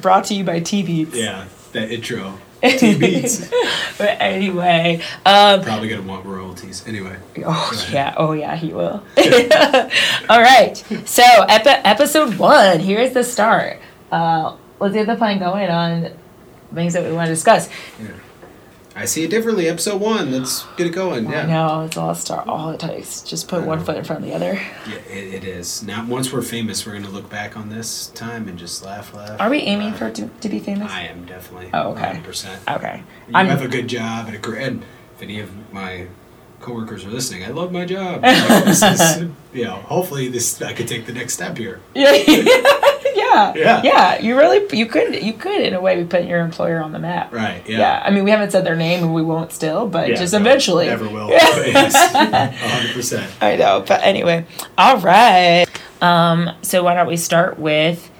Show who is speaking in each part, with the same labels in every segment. Speaker 1: brought to you by T Beats.
Speaker 2: Yeah, that intro. T beats.
Speaker 1: But anyway, um,
Speaker 2: Probably gonna want royalties anyway.
Speaker 1: oh yeah, oh yeah, he will. All right. So epi- episode one. Here is the start. Uh, let's get the fun going on things that we want to discuss.
Speaker 2: Yeah. I see it differently. Episode one. Let's get it going.
Speaker 1: I
Speaker 2: Yeah.
Speaker 1: know it's all start all it takes. Just put one foot in front of the other.
Speaker 2: yeah it, it is. Now, once we're famous, we're gonna look back on this time and just laugh, laugh.
Speaker 1: Are we aiming
Speaker 2: laugh.
Speaker 1: for to, to be famous?
Speaker 2: I am definitely.
Speaker 1: Oh, okay.
Speaker 2: 100%.
Speaker 1: okay.
Speaker 2: You
Speaker 1: I'm,
Speaker 2: have a good job and a career. And if any of my coworkers are listening, I love my job. Like, this is- you know, hopefully this I could take the next step here.
Speaker 1: yeah, yeah,
Speaker 2: Yeah.
Speaker 1: yeah. You really you could you could in a way be putting your employer on the map.
Speaker 2: Right. Yeah.
Speaker 1: Yeah. I mean, we haven't said their name and we won't still, but
Speaker 2: Yeah,
Speaker 1: just
Speaker 2: no,
Speaker 1: eventually.
Speaker 2: Never will. But yes, 100%.
Speaker 1: I know, but anyway. All right. Um, so why don't we start with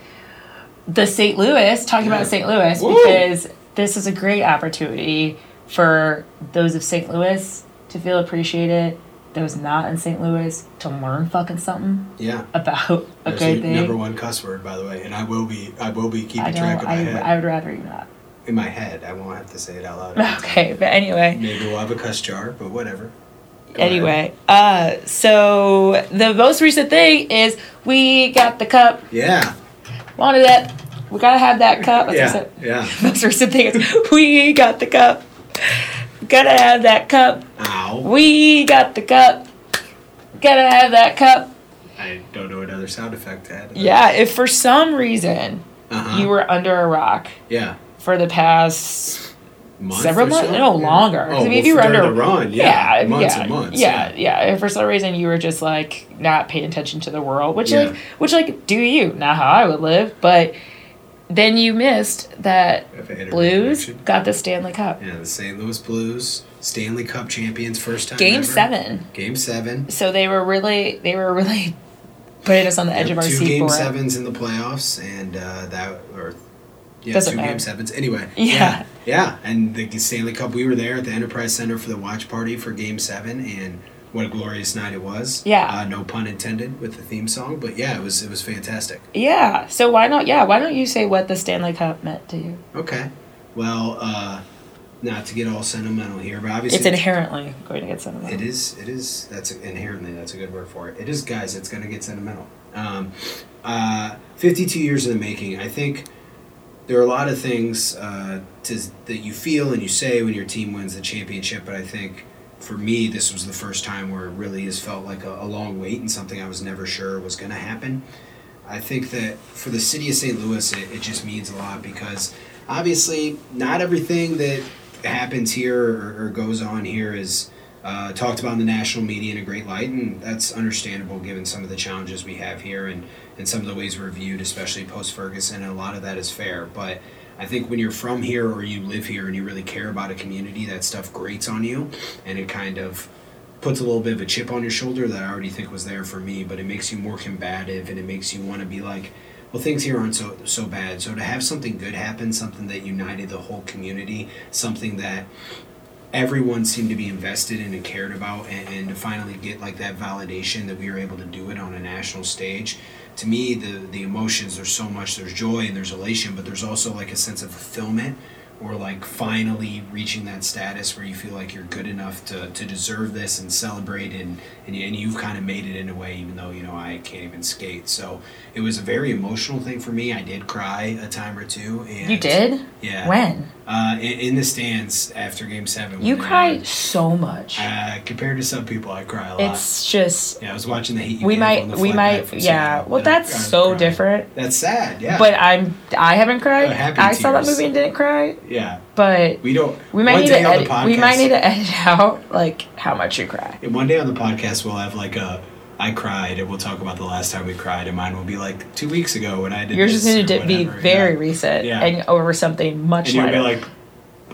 Speaker 1: the St. Louis, talking
Speaker 2: Yeah.
Speaker 1: about St. Louis,
Speaker 2: Woo!
Speaker 1: because this is a great opportunity for those of St. Louis to feel appreciated, those not in St. Louis to learn fucking something
Speaker 2: Yeah.
Speaker 1: about a
Speaker 2: There's
Speaker 1: good
Speaker 2: the
Speaker 1: thing.
Speaker 2: number one cuss word, by the way, and I will be I will be keeping
Speaker 1: I know,
Speaker 2: track of my
Speaker 1: I,
Speaker 2: head.
Speaker 1: I would rather you not.
Speaker 2: In my head, I won't have to say it out loud. every time.
Speaker 1: Okay, but anyway.
Speaker 2: Maybe we'll have a cuss jar, but whatever. Go ahead.
Speaker 1: Anyway, uh, so the most recent thing is we got the cup.
Speaker 2: Yeah.
Speaker 1: Wanted it. We gotta have that cup. That's
Speaker 2: Yeah.
Speaker 1: it.
Speaker 2: Yeah.
Speaker 1: Most recent thing is we got the cup. Gotta have that cup.
Speaker 2: Ow.
Speaker 1: We got the cup. Gotta have that cup.
Speaker 2: I don't know another sound effect to add.
Speaker 1: Yeah, if for some reason
Speaker 2: Uh-huh.
Speaker 1: you were under a rock
Speaker 2: yeah.
Speaker 1: for the past
Speaker 2: Month
Speaker 1: several
Speaker 2: or
Speaker 1: months,
Speaker 2: so?
Speaker 1: no
Speaker 2: Yeah.
Speaker 1: longer. 'Cause
Speaker 2: Oh,
Speaker 1: I mean,
Speaker 2: well,
Speaker 1: if you were
Speaker 2: during
Speaker 1: under
Speaker 2: the run, yeah, months
Speaker 1: yeah,
Speaker 2: and months.
Speaker 1: yeah, yeah. If for some reason you were just like not paying attention to the world, which
Speaker 2: Yeah.
Speaker 1: like, which like, do you? Not how I would live, but then you missed that
Speaker 2: If I had a
Speaker 1: Blues
Speaker 2: recollection.
Speaker 1: got the Stanley Cup,
Speaker 2: Yeah, the St. Louis Blues, Stanley Cup champions, first time.
Speaker 1: Game
Speaker 2: ever.
Speaker 1: Seven.
Speaker 2: Game seven.
Speaker 1: So they were really, they were really putting us on the edge of our
Speaker 2: two
Speaker 1: seat
Speaker 2: game
Speaker 1: for it.
Speaker 2: sevens in the playoffs, and uh, that or yeah,
Speaker 1: Doesn't
Speaker 2: two
Speaker 1: matter.
Speaker 2: game sevens. Anyway,
Speaker 1: Yeah.
Speaker 2: yeah, yeah, and the Stanley Cup. We were there at the Enterprise Center for the watch party for Game Seven, and what a glorious night it was.
Speaker 1: Yeah.
Speaker 2: uh, no pun intended with the theme song, but yeah, it was it was fantastic.
Speaker 1: Yeah. So why don't? Yeah. Why don't you say what the Stanley Cup meant to you?
Speaker 2: Okay, well, uh, not to get all sentimental here, but obviously
Speaker 1: It's inherently going to get some of
Speaker 2: It
Speaker 1: that.
Speaker 2: is. It is. That's inherently. That's a good word for it. It is, guys. It's gonna get sentimental. Um, uh, Fifty-two years in the making. I think there are a lot of things uh, to, that you feel and you say when your team wins the championship, but I think for me, this was the first time where it really has felt like a, a long wait and something I was never sure was gonna happen. I think that for the city of St. Louis, it, it just means a lot because obviously not everything that happens here or, or goes on here is uh, talked about in the national media in a great light, and that's understandable given some of the challenges we have here and, and some of the ways we're viewed, especially post Ferguson, and a lot of that is fair. But I think when you're from here or you live here and you really care about a community, that stuff grates on you and it kind of puts a little bit of a chip on your shoulder that I already think was there for me, but it makes you more combative and it makes you want to be like, well, things here aren't so so bad. So to have something good happen, something that united the whole community, something that everyone seemed to be invested in and cared about, and, and to finally get like that validation that we were able to do it on a national stage. To me, the the emotions there's so much. There's joy and there's elation, but there's also like a sense of fulfillment or like finally reaching that status where you feel like you're good enough to, to deserve this and celebrate and, and, you- and you've kind of made it in a way even though you know i can't even skate so it was a very emotional thing for me i did cry a time or two and
Speaker 1: You did?
Speaker 2: yeah
Speaker 1: When?
Speaker 2: uh, in, in the stands after game seven when
Speaker 1: You
Speaker 2: they
Speaker 1: cry
Speaker 2: won.
Speaker 1: so much.
Speaker 2: uh, compared to some people i cry a lot
Speaker 1: It's just
Speaker 2: yeah i was watching the heat
Speaker 1: we
Speaker 2: game on
Speaker 1: might
Speaker 2: the
Speaker 1: we
Speaker 2: flight back
Speaker 1: might
Speaker 2: from
Speaker 1: yeah.
Speaker 2: Seattle,
Speaker 1: Well,
Speaker 2: and I-
Speaker 1: that's
Speaker 2: I was
Speaker 1: so
Speaker 2: crying.
Speaker 1: different.
Speaker 2: that's sad yeah
Speaker 1: But I'm I haven't cried.
Speaker 2: Oh, happy
Speaker 1: I saw that
Speaker 2: tears.
Speaker 1: movie and didn't cry.
Speaker 2: yeah
Speaker 1: But
Speaker 2: we don't
Speaker 1: we might
Speaker 2: one
Speaker 1: need
Speaker 2: day
Speaker 1: to
Speaker 2: on the
Speaker 1: edit, we might
Speaker 2: podcast-
Speaker 1: need to edit out like how much you cry.
Speaker 2: And One day on the podcast, we'll have like a I cried, and we'll talk about the last time we cried, and mine will be like two weeks ago when I did.
Speaker 1: Yours
Speaker 2: this
Speaker 1: is going
Speaker 2: or
Speaker 1: to be
Speaker 2: whatever,
Speaker 1: very
Speaker 2: yeah.
Speaker 1: recent
Speaker 2: Yeah.
Speaker 1: and over something much
Speaker 2: And you'll be
Speaker 1: lighter.
Speaker 2: like,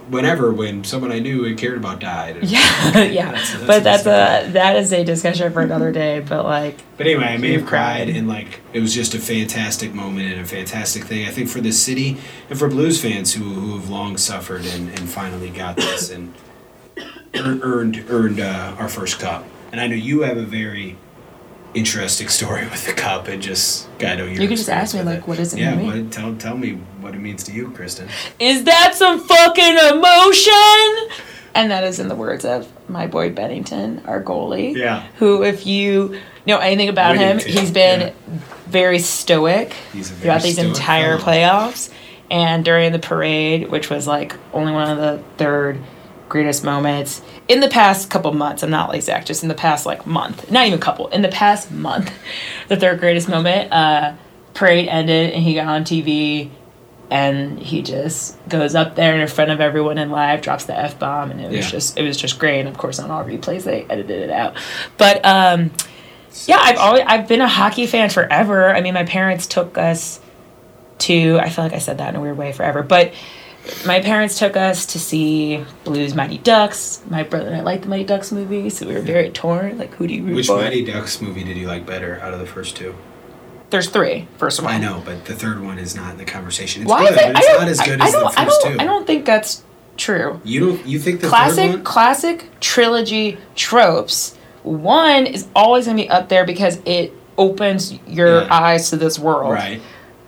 Speaker 2: whenever when someone I knew and cared about died. and-
Speaker 1: yeah, yeah.
Speaker 2: That's- that's
Speaker 1: but that's
Speaker 2: insane.
Speaker 1: a that is a discussion for another day. But like,
Speaker 2: But anyway, I may
Speaker 1: You
Speaker 2: have cried,
Speaker 1: cried.
Speaker 2: and like it was just a fantastic moment and a fantastic thing. I think for this city and for blues fans who who have long suffered and, and finally got this and ear- earned earned uh, our first cup. And I know you have a very interesting story with the cup and just I know your
Speaker 1: You could just ask
Speaker 2: experience
Speaker 1: me,
Speaker 2: with
Speaker 1: like,
Speaker 2: it.
Speaker 1: what does it
Speaker 2: yeah,
Speaker 1: mean?
Speaker 2: What, tell tell me what it means to you, Kristen.
Speaker 1: Is that some fucking emotion? And that is in the words of my boy Bennington, our goalie.
Speaker 2: Yeah.
Speaker 1: Who, if you know anything about him,
Speaker 2: Whittington,
Speaker 1: he's been
Speaker 2: yeah.
Speaker 1: very stoic
Speaker 2: He's a very
Speaker 1: throughout these
Speaker 2: stoic
Speaker 1: entire
Speaker 2: fellow.
Speaker 1: playoffs. And during the parade, which was like only one of the third greatest moments in the past couple months, I'm not like Zach, just in the past like month, not even couple, in the past month, the third greatest moment, uh, parade ended and he got on TV and he just goes up there in front of everyone in live, drops the f bomb, and it was
Speaker 2: Yeah.
Speaker 1: just it was just great. And of course, on all replays, they edited it out. But um, yeah, I've always I've been a hockey fan forever. I mean, my parents took us to I feel like I said that in a weird way forever, but my parents took us to see Blues Mighty Ducks. My brother and I liked the Mighty Ducks movie, so we were very torn. Like, who do you root
Speaker 2: Which
Speaker 1: for?
Speaker 2: Mighty Ducks movie did you like better out of the first two?
Speaker 1: There's three, first of all.
Speaker 2: I know, but the third one is not in the conversation. It's
Speaker 1: Why
Speaker 2: good,
Speaker 1: is it?
Speaker 2: but
Speaker 1: I
Speaker 2: it's
Speaker 1: don't,
Speaker 2: not as good
Speaker 1: I,
Speaker 2: as
Speaker 1: I
Speaker 2: the
Speaker 1: don't,
Speaker 2: first
Speaker 1: I don't,
Speaker 2: two.
Speaker 1: I don't think that's true.
Speaker 2: You don't you think the
Speaker 1: classic
Speaker 2: third one?
Speaker 1: classic trilogy tropes one is always going to be up there because it opens your
Speaker 2: Yeah.
Speaker 1: eyes to this world
Speaker 2: Right.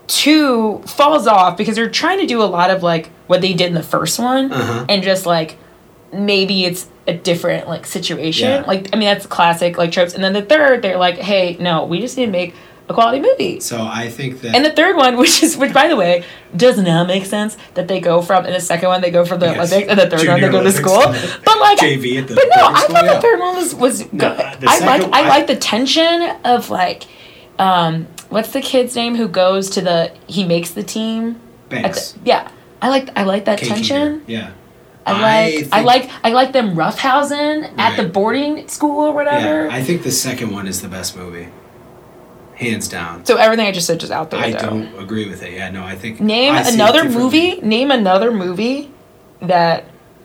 Speaker 1: two falls off because they're trying to do a lot of like what they did in the first one
Speaker 2: Uh-huh.
Speaker 1: and just like maybe it's a different like situation
Speaker 2: Yeah.
Speaker 1: like i mean that's classic like tropes and then the third they're like hey no we just need to make a quality movie
Speaker 2: So I think that
Speaker 1: and the third one, which is which, by the way, does not make sense that they go from in the second one they go from the
Speaker 2: Yes.
Speaker 1: Olympics, and the third one they
Speaker 2: Junior
Speaker 1: go to
Speaker 2: Olympics.
Speaker 1: school. But like,
Speaker 2: JV at the
Speaker 1: but no,
Speaker 2: public
Speaker 1: I
Speaker 2: school,
Speaker 1: thought
Speaker 2: yeah.
Speaker 1: the third one was was good.
Speaker 2: the
Speaker 1: I like
Speaker 2: second-
Speaker 1: I
Speaker 2: I-
Speaker 1: like the tension of like, um, what's the kid's name who goes to the he makes the team? At
Speaker 2: Banks.
Speaker 1: the- yeah, I like I like that
Speaker 2: Kate
Speaker 1: tension.
Speaker 2: Keeter, Yeah.
Speaker 1: I like I,
Speaker 2: think-
Speaker 1: like I like them roughhousing at the
Speaker 2: Right.
Speaker 1: boarding school or whatever.
Speaker 2: Yeah, I think the second one is the best movie, hands down.
Speaker 1: so everything I just said just out the
Speaker 2: I
Speaker 1: window.
Speaker 2: don't agree with it. Yeah, no, I think
Speaker 1: Name
Speaker 2: I see it
Speaker 1: another
Speaker 2: differently.
Speaker 1: movie. Name another movie that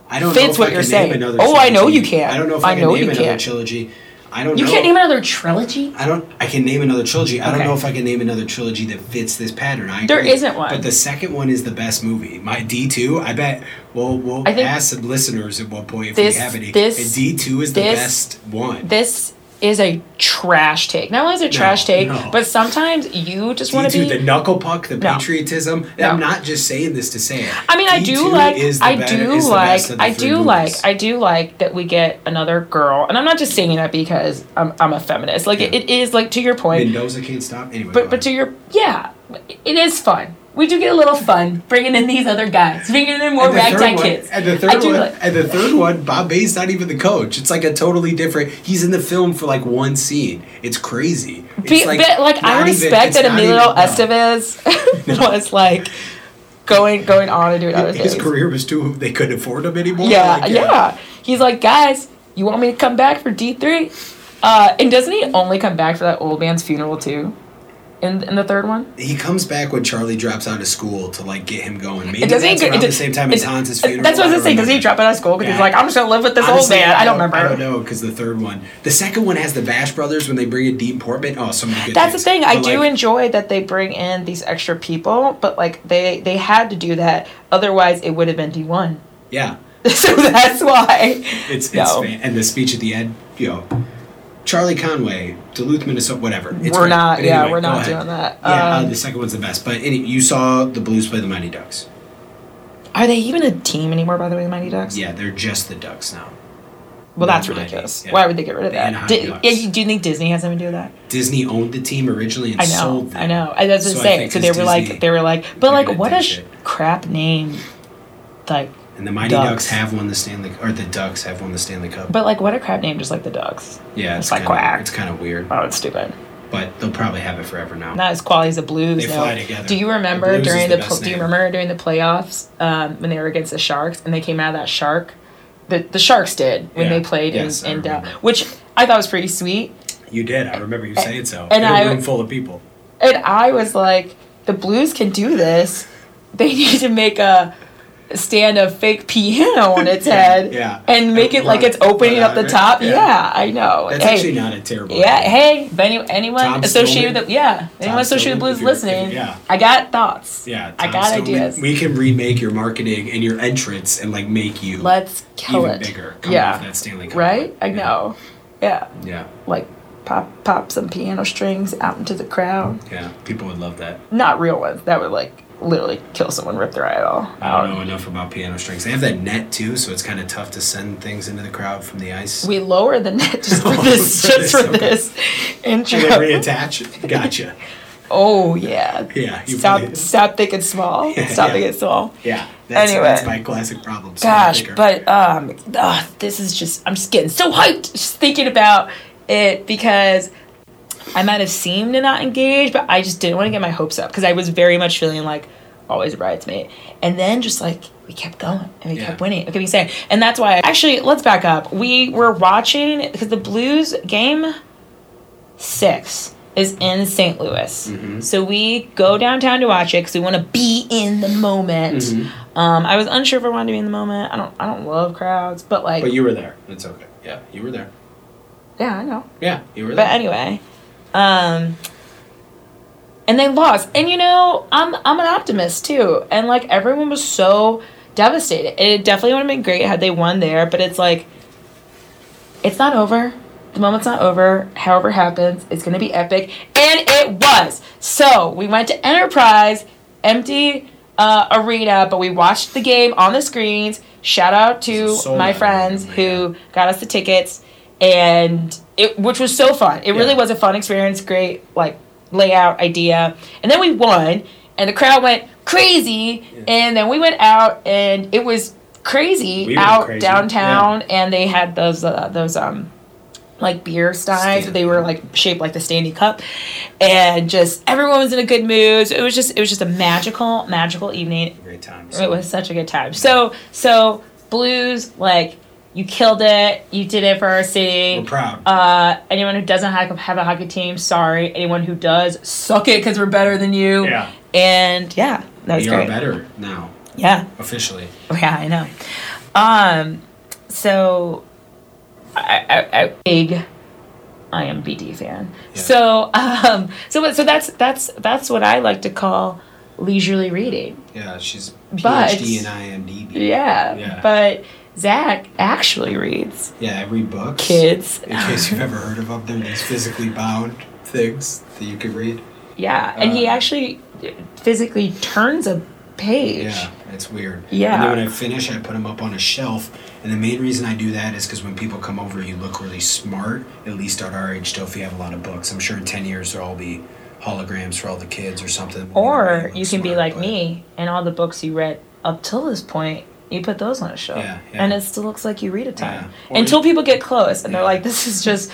Speaker 2: I don't
Speaker 1: fits
Speaker 2: know if
Speaker 1: what
Speaker 2: I
Speaker 1: you're
Speaker 2: can name
Speaker 1: saying.
Speaker 2: another
Speaker 1: Oh, I know
Speaker 2: trilogy.
Speaker 1: you can't.
Speaker 2: I don't know if
Speaker 1: I
Speaker 2: I, can
Speaker 1: know
Speaker 2: name
Speaker 1: you
Speaker 2: another
Speaker 1: can't.
Speaker 2: trilogy. I don't
Speaker 1: you
Speaker 2: know.
Speaker 1: can't name another trilogy.
Speaker 2: I don't. I can name another trilogy. I
Speaker 1: Okay.
Speaker 2: don't know if I can name another trilogy that fits this pattern. I
Speaker 1: There
Speaker 2: agree.
Speaker 1: isn't one.
Speaker 2: But the second one is the best movie. My D two. I bet. We'll we'll
Speaker 1: I think-
Speaker 2: ask some listeners at one point if
Speaker 1: This-
Speaker 2: we have any.
Speaker 1: this-
Speaker 2: D two is the
Speaker 1: this-
Speaker 2: best one.
Speaker 1: This is a trash take. Not only is it a trash take,
Speaker 2: no.
Speaker 1: but sometimes you just want to
Speaker 2: D2,
Speaker 1: be.
Speaker 2: the knuckle puck, the
Speaker 1: No.
Speaker 2: patriotism.
Speaker 1: No.
Speaker 2: I'm not just saying this to say it.
Speaker 1: I mean, I do
Speaker 2: D2
Speaker 1: like.
Speaker 2: is the
Speaker 1: I
Speaker 2: be-
Speaker 1: do
Speaker 2: is the best
Speaker 1: like.
Speaker 2: of the
Speaker 1: I
Speaker 2: three
Speaker 1: do
Speaker 2: movies.
Speaker 1: like. I do like that we get another girl, and I'm not just saying that because I'm I'm a feminist. Like it,
Speaker 2: Yeah.
Speaker 1: it is like to your point.
Speaker 2: Mendoza can't stop. Anyway,
Speaker 1: But but to your yeah, it is fun. We do get a little fun bringing in these other guys, bringing in more
Speaker 2: the third
Speaker 1: ragtag
Speaker 2: one-
Speaker 1: kids.
Speaker 2: And the third
Speaker 1: I do
Speaker 2: one,
Speaker 1: like-
Speaker 2: and the third one, Bob Bay's not even the coach. It's like a totally different. He's in the film for like one scene. It's crazy. It's
Speaker 1: Be, like, but like I
Speaker 2: not even-
Speaker 1: respect
Speaker 2: it's
Speaker 1: that
Speaker 2: not
Speaker 1: Emilio
Speaker 2: even- no.
Speaker 1: Estevez was like going going on and doing other
Speaker 2: His
Speaker 1: things.
Speaker 2: career oh was too. They couldn't afford him anymore.
Speaker 1: Yeah,
Speaker 2: Like, uh,
Speaker 1: yeah. He's like, guys, you want me to come back for D three? Uh, and doesn't he only come back for that old man's funeral too? In in the third one.
Speaker 2: He comes back when Charlie drops out of school to like get him going. Maybe
Speaker 1: And
Speaker 2: that's
Speaker 1: doesn't he
Speaker 2: around
Speaker 1: go- it
Speaker 2: the
Speaker 1: does-
Speaker 2: same time
Speaker 1: it-
Speaker 2: as Hans's funeral.
Speaker 1: That's what I was
Speaker 2: I
Speaker 1: gonna say.
Speaker 2: don't
Speaker 1: Does he
Speaker 2: remember.
Speaker 1: drop out of school because he's
Speaker 2: Yeah.
Speaker 1: like, I'm just gonna live with this
Speaker 2: Honestly,
Speaker 1: old man. I don't remember.
Speaker 2: I don't know because the third one, the second one has the Bash Brothers when they bring in Dean Portman. Oh, so many good.
Speaker 1: That's the
Speaker 2: things.
Speaker 1: thing. I
Speaker 2: But,
Speaker 1: do
Speaker 2: like,
Speaker 1: enjoy that they bring in these extra people, but like they they had to do that. Otherwise, it would have been D one.
Speaker 2: Yeah,
Speaker 1: so that's why.
Speaker 2: it's it's
Speaker 1: No.
Speaker 2: fan- and the speech at the end, you know, Charlie Conway, Duluth, Minnesota, whatever. It's
Speaker 1: We're
Speaker 2: great.
Speaker 1: not-
Speaker 2: But
Speaker 1: yeah,
Speaker 2: anyway,
Speaker 1: we're
Speaker 2: go
Speaker 1: not
Speaker 2: ahead.
Speaker 1: doing that.
Speaker 2: Yeah,
Speaker 1: Um,
Speaker 2: uh, the second one's the best. But any, you saw the Blues play the Mighty Ducks.
Speaker 1: Are they even a team anymore? By the way, the Mighty Ducks.
Speaker 2: Yeah, they're just the Ducks now.
Speaker 1: Well, that's
Speaker 2: Mighty,
Speaker 1: ridiculous.
Speaker 2: yeah.
Speaker 1: Why would they get rid of
Speaker 2: The
Speaker 1: that?
Speaker 2: Anaheim
Speaker 1: Di-
Speaker 2: Ducks.
Speaker 1: yeah, you- do you think Disney has something to do with that?
Speaker 2: Disney owned the team originally and
Speaker 1: I know.
Speaker 2: sold them.
Speaker 1: I know. I that's what I'm
Speaker 2: So I
Speaker 1: saying.
Speaker 2: think
Speaker 1: So they
Speaker 2: it's
Speaker 1: were
Speaker 2: Disney.
Speaker 1: like, they were like, but
Speaker 2: They're
Speaker 1: like,
Speaker 2: gonna
Speaker 1: what a
Speaker 2: ditch
Speaker 1: sh-
Speaker 2: it.
Speaker 1: crap name. Like,
Speaker 2: And the Mighty
Speaker 1: Ducks.
Speaker 2: Ducks. have won the Stanley, or the Ducks have won the Stanley Cup.
Speaker 1: but like, what a crap name, just like the Ducks.
Speaker 2: yeah,
Speaker 1: it's
Speaker 2: it's,
Speaker 1: like
Speaker 2: kind
Speaker 1: quack.
Speaker 2: of, it's kind of weird,
Speaker 1: Oh, it's stupid.
Speaker 2: but they'll probably have it forever now.
Speaker 1: not as quality as the Blues.
Speaker 2: They
Speaker 1: no.
Speaker 2: fly together.
Speaker 1: Do you
Speaker 2: The
Speaker 1: remember
Speaker 2: Blues is
Speaker 1: during
Speaker 2: the
Speaker 1: the, pl-
Speaker 2: best
Speaker 1: Do you
Speaker 2: name.
Speaker 1: remember during the playoffs um, when they were against the Sharks and they came out of that shark? The the Sharks did when
Speaker 2: Yeah.
Speaker 1: they played
Speaker 2: Yes, I
Speaker 1: in in Dal-
Speaker 2: remember.
Speaker 1: which I thought was pretty sweet.
Speaker 2: You did. I remember you saying so.
Speaker 1: Eh, and
Speaker 2: in a
Speaker 1: I-
Speaker 2: room full of people.
Speaker 1: And I was like, the Blues can do this. They need to make a stand a fake piano on its
Speaker 2: Yeah,
Speaker 1: head
Speaker 2: yeah.
Speaker 1: and make it like it's
Speaker 2: Right,
Speaker 1: opening up the
Speaker 2: right,
Speaker 1: top. Yeah,
Speaker 2: yeah.
Speaker 1: I know.
Speaker 2: That's
Speaker 1: Hey,
Speaker 2: actually not a terrible.
Speaker 1: Yeah,
Speaker 2: idea.
Speaker 1: hey, if any, anyone
Speaker 2: Tom
Speaker 1: associated
Speaker 2: Stillman.
Speaker 1: with the yeah, anyone associated
Speaker 2: Stillman,
Speaker 1: with
Speaker 2: if
Speaker 1: blues
Speaker 2: you're-
Speaker 1: listening,
Speaker 2: if you- yeah.
Speaker 1: I got thoughts.
Speaker 2: Yeah,
Speaker 1: I
Speaker 2: Tom
Speaker 1: got
Speaker 2: Stone, we-
Speaker 1: ideas.
Speaker 2: We, can remake your marketing and your entrance and like make you
Speaker 1: Let's kill
Speaker 2: even
Speaker 1: it.
Speaker 2: bigger. Come
Speaker 1: yeah,
Speaker 2: off that Stanley Cup.
Speaker 1: right? I
Speaker 2: Yeah.
Speaker 1: know. Yeah,
Speaker 2: Yeah.
Speaker 1: like pop pop some piano strings out into the crowd.
Speaker 2: Yeah, people would love that.
Speaker 1: Not real ones. That would like literally kill someone, rip their eyeball
Speaker 2: I
Speaker 1: out.
Speaker 2: don't know enough about piano strings. They have that net too, so it's kind of tough to send things into the crowd from the ice.
Speaker 1: We lower the net just for
Speaker 2: Oh,
Speaker 1: this,
Speaker 2: for
Speaker 1: just
Speaker 2: this,
Speaker 1: for
Speaker 2: okay.
Speaker 1: this intro.
Speaker 2: Can they reattach? Gotcha.
Speaker 1: Oh yeah.
Speaker 2: Yeah, you
Speaker 1: Stop
Speaker 2: probably-
Speaker 1: stop thinking small.
Speaker 2: Yeah,
Speaker 1: stop
Speaker 2: yeah.
Speaker 1: thinking small.
Speaker 2: Yeah. That's,
Speaker 1: Anyway.
Speaker 2: that's my classic problem. so I'm a
Speaker 1: Gosh,
Speaker 2: picker.
Speaker 1: but um ugh, this is just I'm just getting so hyped just thinking about it because I might have seemed to not engage, but I just didn't want to get my hopes up because I was very much feeling like always a bridesmaid. And then just like we kept going and we
Speaker 2: Yeah.
Speaker 1: kept winning. Okay, we saying. And that's why actually let's back up. We were watching because the Blues game six is in St. Louis. So we go downtown to watch it because we want to be in the moment.
Speaker 2: Mm-hmm.
Speaker 1: Um, I was unsure if I wanted to be in the moment. I don't. I don't love crowds, but like,
Speaker 2: But you were there. It's okay. Yeah, you were there.
Speaker 1: yeah, I know.
Speaker 2: Yeah, you were there.
Speaker 1: But anyway, um, and they lost. And you know, I'm I'm an optimist too. And like everyone was so devastated. And it definitely would have been great had they won there. But it's like, it's not over. The moment's not over. However happens, it's gonna be epic, and it was. So we went to Enterprise, empty uh, arena, but we watched the game on the screens. Shout out to
Speaker 2: It's a sold
Speaker 1: my
Speaker 2: out
Speaker 1: friends
Speaker 2: arena, yeah.
Speaker 1: who got us the tickets and it which was so fun it really
Speaker 2: Yeah.
Speaker 1: was a fun experience great like layout idea and then we won and the crowd went crazy
Speaker 2: Yeah.
Speaker 1: and then we went out and it was crazy
Speaker 2: We went
Speaker 1: out
Speaker 2: crazy,
Speaker 1: downtown and they had those uh, those um like beer steins
Speaker 2: Stand-
Speaker 1: they were like shaped like the standing cup and just everyone was in a good mood so it was just it was just a magical magical evening
Speaker 2: Great times.
Speaker 1: it was such a good time. So so blues like you killed it. You did it for our
Speaker 2: We're
Speaker 1: city.
Speaker 2: proud.
Speaker 1: Uh, anyone who doesn't have, have a hockey team, sorry. Anyone who does, suck it because we're better than you.
Speaker 2: yeah.
Speaker 1: And yeah, that was
Speaker 2: We are
Speaker 1: great.
Speaker 2: better now,
Speaker 1: Yeah, Oh,
Speaker 2: officially.
Speaker 1: yeah, I know. Um, so I, I, I big IMBD fan.
Speaker 2: Yeah.
Speaker 1: So um, so so that's that's that's what I like to call leisurely reading.
Speaker 2: Yeah, she's a
Speaker 1: But-
Speaker 2: PhD in IMDb.
Speaker 1: Yeah,
Speaker 2: Yeah.
Speaker 1: but Zach actually reads
Speaker 2: Yeah, I read books.
Speaker 1: kids.
Speaker 2: In case you've ever heard of them, they're these physically bound things that you could read.
Speaker 1: yeah, and he
Speaker 2: Uh,
Speaker 1: actually physically turns a page.
Speaker 2: Yeah, it's weird. And
Speaker 1: Yeah.
Speaker 2: then when I finish, I put them up on a shelf. And the main reason I do that is because when people come over, you look really smart. At least at our age, Tophi have a lot of books. I'm sure in ten years there'll all be holograms for all the kids or something.
Speaker 1: Or
Speaker 2: Look
Speaker 1: you can be
Speaker 2: smart,
Speaker 1: like
Speaker 2: but-
Speaker 1: me and all the books you read up till this point. You put those on a shelf,
Speaker 2: Yeah, yeah.
Speaker 1: and it still looks like you read a ton
Speaker 2: Yeah. Or
Speaker 1: until
Speaker 2: you-
Speaker 1: people get close and they're
Speaker 2: Yeah.
Speaker 1: like, "This is just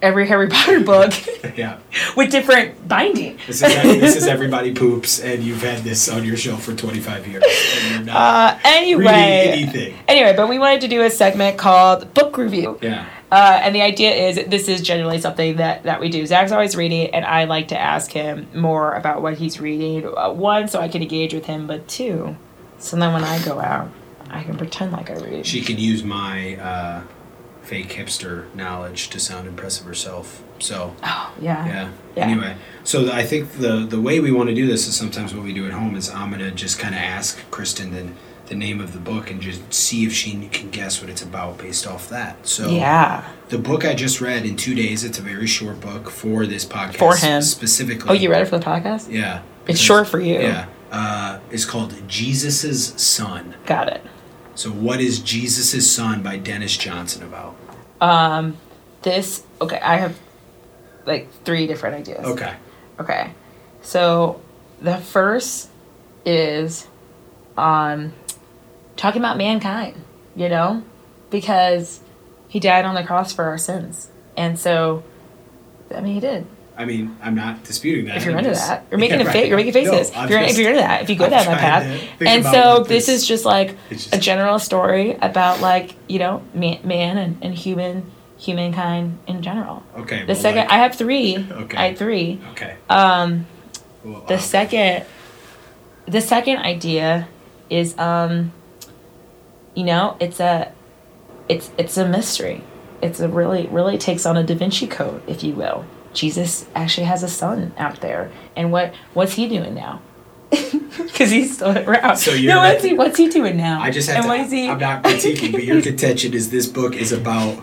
Speaker 1: every Harry Potter book
Speaker 2: Yeah,
Speaker 1: with different binding."
Speaker 2: this is this is everybody poops, and you've had this on your shelf for 25 years, and you're not
Speaker 1: uh, anyway,
Speaker 2: reading anything.
Speaker 1: anyway, but we wanted to do a segment called book review.
Speaker 2: Yeah,
Speaker 1: Uh, and the idea is this is generally something that, that we do. Zach's always reading, and I like to ask him more about what he's reading. Uh, one, so I can engage with him, but two, so then when I go out, I can pretend like I read.
Speaker 2: she can use my uh, fake hipster knowledge to sound impressive herself. So
Speaker 1: oh, yeah.
Speaker 2: yeah.
Speaker 1: Yeah.
Speaker 2: Anyway, so th- I think the the way we want to do this is sometimes what we do at home is I'm gonna just kind of ask Kristen the the name of the book and just see if she can guess what it's about based off that. So um,
Speaker 1: Yeah.
Speaker 2: the book I just read in two days. It's a very short book for this podcast
Speaker 1: For him.
Speaker 2: specifically.
Speaker 1: Oh, you read it for the podcast?
Speaker 2: Yeah.
Speaker 1: It's
Speaker 2: because-
Speaker 1: short for you.
Speaker 2: Yeah. Uh, it's called Jesus's Son.
Speaker 1: Got it.
Speaker 2: So, what is Jesus's Son by Dennis Johnson about?
Speaker 1: Um, this, okay, I have like three different ideas.
Speaker 2: Okay.
Speaker 1: Okay. So the first is um talking about mankind, you know? Because he died on the cross for our sins. And so I mean he did.
Speaker 2: I mean, I'm not disputing that.
Speaker 1: If you're
Speaker 2: I'm
Speaker 1: into
Speaker 2: just-
Speaker 1: that. You're making
Speaker 2: Yeah,
Speaker 1: a
Speaker 2: right.
Speaker 1: fa- you're making faces.
Speaker 2: No, I'm
Speaker 1: if, you're, if
Speaker 2: just-
Speaker 1: you're into that, if you go
Speaker 2: I'm
Speaker 1: down that
Speaker 2: trying
Speaker 1: path.
Speaker 2: to think
Speaker 1: And
Speaker 2: about
Speaker 1: so
Speaker 2: what
Speaker 1: this
Speaker 2: this-
Speaker 1: is just like
Speaker 2: it's just-
Speaker 1: a general story about like, you know, man, man and, and human humankind in general.
Speaker 2: Okay.
Speaker 1: The second I have three.
Speaker 2: Okay.
Speaker 1: I had three.
Speaker 2: okay.
Speaker 1: Um
Speaker 2: Well,
Speaker 1: the
Speaker 2: um,
Speaker 1: second the second idea is um you know, it's a it's it's a mystery. It's a really really takes on a Da Vinci code, if you will. Jesus actually has a son out there. And what what's he doing now? Cuz he's still around.
Speaker 2: So
Speaker 1: So
Speaker 2: you're
Speaker 1: no, what's
Speaker 2: not-
Speaker 1: he what's he doing now?
Speaker 2: I just have
Speaker 1: and
Speaker 2: to.
Speaker 1: what is he
Speaker 2: I'm not critiquing, but your contention is this book is about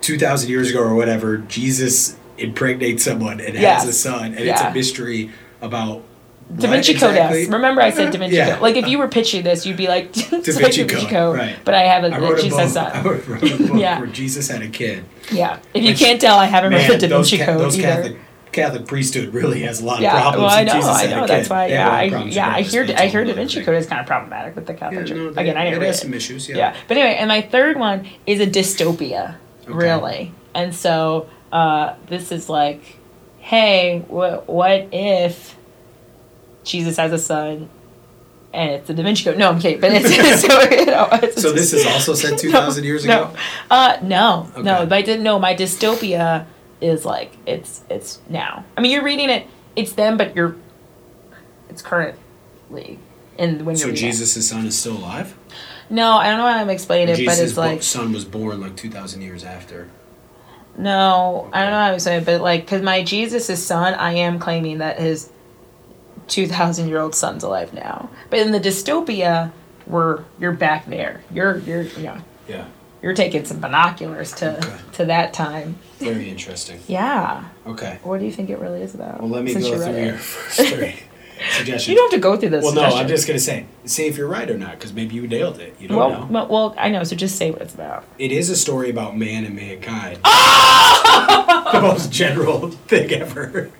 Speaker 2: two thousand years ago or whatever, Jesus impregnates someone and
Speaker 1: Yes.
Speaker 2: has a son, and it's
Speaker 1: Yeah.
Speaker 2: a mystery about
Speaker 1: Da
Speaker 2: what
Speaker 1: Vinci Code
Speaker 2: exactly?
Speaker 1: esque. Remember, I said Da Vinci
Speaker 2: Yeah.
Speaker 1: Code. Like, if you were pitching this, you'd be like, it's
Speaker 2: Da
Speaker 1: like
Speaker 2: Vinci Code, right.
Speaker 1: But I have a,
Speaker 2: I
Speaker 1: a
Speaker 2: wrote a book.
Speaker 1: Jesus
Speaker 2: I
Speaker 1: son.
Speaker 2: wrote wrote a book
Speaker 1: Yeah.
Speaker 2: where Jesus had a kid.
Speaker 1: Yeah. If you
Speaker 2: Which-
Speaker 1: can't tell, I haven't read the Da
Speaker 2: those,
Speaker 1: Vinci
Speaker 2: Ca-
Speaker 1: Code
Speaker 2: those
Speaker 1: either.
Speaker 2: Catholic Catholic priesthood really has a lot of
Speaker 1: yeah,
Speaker 2: problems.
Speaker 1: well, I
Speaker 2: and
Speaker 1: know,
Speaker 2: Jesus
Speaker 1: I
Speaker 2: had a
Speaker 1: know. That's
Speaker 2: kid.
Speaker 1: why,
Speaker 2: They had
Speaker 1: yeah,
Speaker 2: a lot
Speaker 1: I,
Speaker 2: of problems
Speaker 1: yeah,
Speaker 2: with
Speaker 1: I
Speaker 2: religious
Speaker 1: heard,
Speaker 2: things
Speaker 1: I
Speaker 2: and
Speaker 1: heard Da
Speaker 2: all that
Speaker 1: Vinci
Speaker 2: thing.
Speaker 1: Code is kind of problematic with the Catholic
Speaker 2: Yeah,
Speaker 1: Church.
Speaker 2: no, they-
Speaker 1: Again, I didn't
Speaker 2: it
Speaker 1: read
Speaker 2: has
Speaker 1: it.
Speaker 2: some issues. Yeah.
Speaker 1: yeah. But anyway, and my third one is a dystopia, really. And so uh, this is like, hey, wh- what if Jesus has a son? And it's the Da Vinci Code. No, I'm kidding. But it's so, you know, it's
Speaker 2: So this is also set
Speaker 1: No,
Speaker 2: 2,000 years ago?
Speaker 1: No, uh, no, no.
Speaker 2: Okay.
Speaker 1: But I didn't know my dystopia is like it's it's now. I mean, you're reading it. It's them, but you're it's currently. And when
Speaker 2: So
Speaker 1: you're reading it.
Speaker 2: Jesus' son is still alive.
Speaker 1: No, I don't know how I'm explaining it, but
Speaker 2: Jesus'
Speaker 1: it's
Speaker 2: bo-
Speaker 1: like
Speaker 2: son was born like 2,000 years after.
Speaker 1: no, I don't know how I'm saying it, but like because my Jesus' son, I am claiming that his two thousand year old son's alive now. But in the dystopia, we're you're back there. You're you're you know
Speaker 2: Yeah.
Speaker 1: you're taking some binoculars to
Speaker 2: Okay.
Speaker 1: to that time.
Speaker 2: Very interesting.
Speaker 1: Yeah.
Speaker 2: Okay.
Speaker 1: What do you think it really is about?
Speaker 2: Well, let me
Speaker 1: since you
Speaker 2: go
Speaker 1: read
Speaker 2: through
Speaker 1: it?
Speaker 2: your first three suggestions.
Speaker 1: You don't have to go through this.
Speaker 2: well, no, I'm
Speaker 1: suggestion.
Speaker 2: just going to say, say if you're right or not, because maybe you nailed it. You don't
Speaker 1: Well,
Speaker 2: know.
Speaker 1: well, well, I know. So just say what it's about.
Speaker 2: It is a story about man and mankind. the most general thing ever.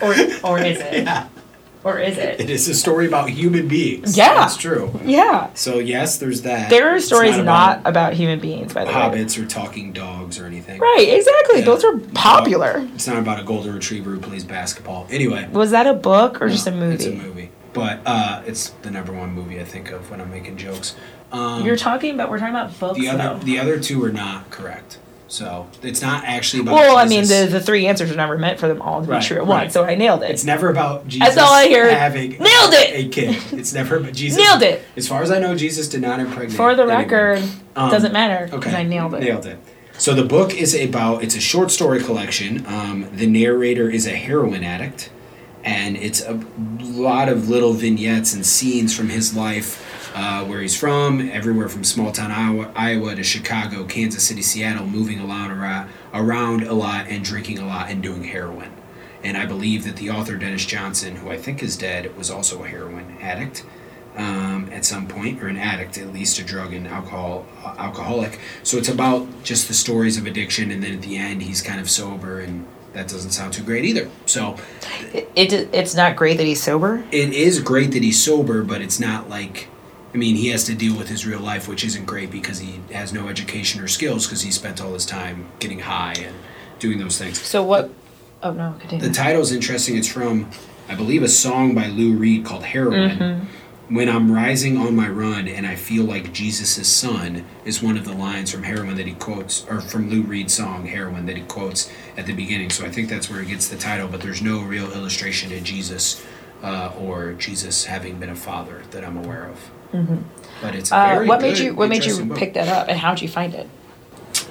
Speaker 1: Or or is it?
Speaker 2: Yeah.
Speaker 1: Or is it?
Speaker 2: It is a story about human beings.
Speaker 1: Yeah.
Speaker 2: That's true.
Speaker 1: Yeah.
Speaker 2: So, yes, there's that.
Speaker 1: There are
Speaker 2: It's
Speaker 1: stories not,
Speaker 2: about
Speaker 1: about human beings, by the way.
Speaker 2: hobbits or talking dogs or anything.
Speaker 1: Right, exactly.
Speaker 2: Yeah.
Speaker 1: Those are popular.
Speaker 2: It's not about a golden retriever who plays basketball. Anyway,
Speaker 1: Was that a book or just a movie?
Speaker 2: It's a movie, but uh, it's the number one movie I think of when I'm making jokes. Um,
Speaker 1: You're talking about we're talking about books
Speaker 2: the
Speaker 1: though.
Speaker 2: other the other two are not correct, so it's not actually about.
Speaker 1: well, I mean
Speaker 2: Jesus.
Speaker 1: the, the three answers are never meant for them all to
Speaker 2: Right,
Speaker 1: be true at
Speaker 2: right.
Speaker 1: once, so I nailed it.
Speaker 2: It's never about Jesus
Speaker 1: That's all I hear.
Speaker 2: having
Speaker 1: Nailed it!
Speaker 2: a kid. It's never about Jesus.
Speaker 1: Nailed it!
Speaker 2: As far as I know, Jesus did not impregnate.
Speaker 1: for the
Speaker 2: anyone.
Speaker 1: record,
Speaker 2: Um,
Speaker 1: doesn't matter because I nailed it.
Speaker 2: Nailed it. So the book is about it's a short story collection. Um, the narrator is a heroin addict, and it's a lot of little vignettes and scenes from his life, uh, where he's from, everywhere from small town Iowa, Iowa to Chicago, Kansas City, Seattle, moving a lot around, around a lot and drinking a lot and doing heroin. And I believe that the author Dennis Johnson, who I think is dead, was also a heroin addict um, at some point, or an addict at least, a drug and alcohol uh, alcoholic. So it's about just the stories of addiction, and then at the end he's kind of sober, and that doesn't sound too great either. So
Speaker 1: It, it it's not great that he's sober.
Speaker 2: it is great that he's sober, but it's not like. I mean, he has to deal with his real life, which isn't great because he has no education or skills because he spent all his time getting high and doing those things.
Speaker 1: So what? Oh no, continue.
Speaker 2: The title's interesting. It's from, I believe, a song by Lou Reed called Heroin.
Speaker 1: Mm-hmm.
Speaker 2: When I'm rising on my run and I feel like Jesus' son is one of the lines from Heroin that he quotes, or from Lou Reed's song Heroin that he quotes at the beginning. So I think that's where he gets the title, but there's no real illustration to Jesus uh, or Jesus having been a father that I'm aware of. But it's a
Speaker 1: uh,
Speaker 2: very
Speaker 1: what made
Speaker 2: good,
Speaker 1: you What made you
Speaker 2: interesting book.
Speaker 1: pick that up, and how'd you find it?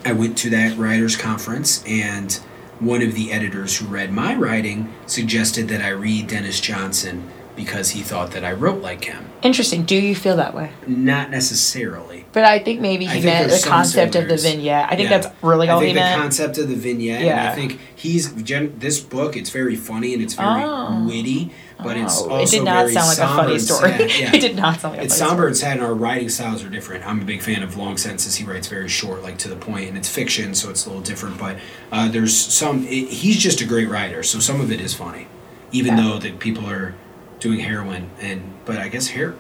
Speaker 2: I went to that writers' conference, and one of the editors who read my writing suggested that I read Dennis Johnson because he thought that I wrote like him.
Speaker 1: Interesting. Do you feel that way?
Speaker 2: Not necessarily.
Speaker 1: But I think maybe
Speaker 2: I
Speaker 1: he
Speaker 2: think
Speaker 1: meant
Speaker 2: there's
Speaker 1: the
Speaker 2: some
Speaker 1: concept of the
Speaker 2: similarities.
Speaker 1: vignette. I think
Speaker 2: Yeah.
Speaker 1: that's really all
Speaker 2: I
Speaker 1: he
Speaker 2: think the
Speaker 1: meant.
Speaker 2: concept of the vignette. And
Speaker 1: Yeah.
Speaker 2: I think he's gen- this book. It's very funny and it's very
Speaker 1: Oh.
Speaker 2: witty, but it's
Speaker 1: Oh,
Speaker 2: also
Speaker 1: it did not
Speaker 2: very
Speaker 1: sound like a
Speaker 2: somber
Speaker 1: funny
Speaker 2: and
Speaker 1: story.
Speaker 2: sad. Yeah.
Speaker 1: it did not sound like a
Speaker 2: It's
Speaker 1: funny
Speaker 2: somber
Speaker 1: story.
Speaker 2: and sad, and our writing styles are different. I'm a big fan of long sentences. He writes very short, like to the point, and it's fiction, so it's a little different. But uh, there's some. It, he's just a great writer, so some of it is funny, even
Speaker 1: Yeah.
Speaker 2: though that people are doing heroin. And but I guess hair.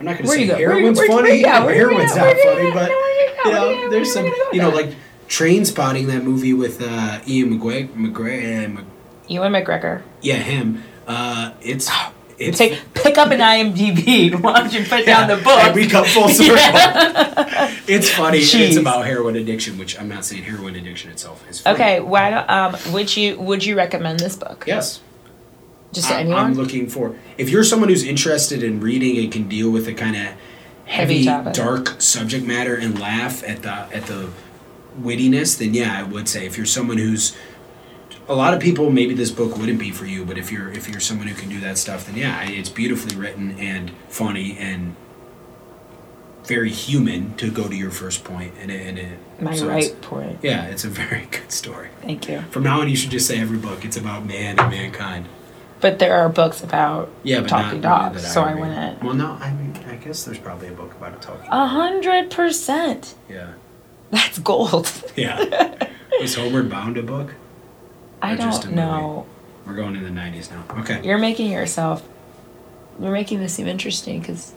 Speaker 2: I'm not going to
Speaker 1: Where
Speaker 2: say
Speaker 1: you go? Where you-
Speaker 2: heroin's
Speaker 1: where- where-
Speaker 2: funny.
Speaker 1: yeah, where you go?
Speaker 2: heroin's
Speaker 1: Where
Speaker 2: not
Speaker 1: you go?
Speaker 2: funny,
Speaker 1: No, where
Speaker 2: but
Speaker 1: you go?
Speaker 2: you
Speaker 1: Where you
Speaker 2: know,
Speaker 1: go?
Speaker 2: there's
Speaker 1: Where
Speaker 2: some.
Speaker 1: you go?
Speaker 2: You know, like Train Spotting, that movie with uh, Ian McGregor. McGregor, Mc-
Speaker 1: Ewan McGregor.
Speaker 2: yeah, him. Uh, it's it's
Speaker 1: Take pick up an IMDb. Why don't you put down the book?
Speaker 2: And we come full circle.
Speaker 1: Yeah.
Speaker 2: It's funny. and It's
Speaker 1: Jeez.
Speaker 2: about heroin addiction, which I'm not saying heroin addiction itself is. funny.
Speaker 1: okay, why don't um would you would you recommend this book?
Speaker 2: Yes.
Speaker 1: Just to
Speaker 2: I,
Speaker 1: anyone?
Speaker 2: am looking for. If you're someone who's interested in reading and can deal with the kind of
Speaker 1: Heavy
Speaker 2: heavy,
Speaker 1: topic.
Speaker 2: dark subject matter and laugh at the at the wittiness, then yeah, I would say if you're someone who's a lot of people maybe this book wouldn't be for you, but if you're if you're someone who can do that stuff, then yeah, it's beautifully written and funny and very human to go to your first point, and it. And it
Speaker 1: My
Speaker 2: so it's-
Speaker 1: right point.
Speaker 2: Yeah, it's a very good story.
Speaker 1: Thank you.
Speaker 2: From now on, you should just say every book. It's about man and mankind.
Speaker 1: But there are books about
Speaker 2: Yeah, but
Speaker 1: talking
Speaker 2: not really
Speaker 1: dogs,
Speaker 2: that
Speaker 1: so I
Speaker 2: read.
Speaker 1: went Uh-huh. at
Speaker 2: Well, no, I mean, I guess there's probably a book about a talking.
Speaker 1: a hundred percent.
Speaker 2: yeah,
Speaker 1: That's gold.
Speaker 2: yeah. Is Homeward Bound a book?
Speaker 1: I
Speaker 2: Or just a
Speaker 1: don't
Speaker 2: movie.
Speaker 1: know.
Speaker 2: We're going in the '90s now. Okay.
Speaker 1: You're making yourself. You're making this seem interesting because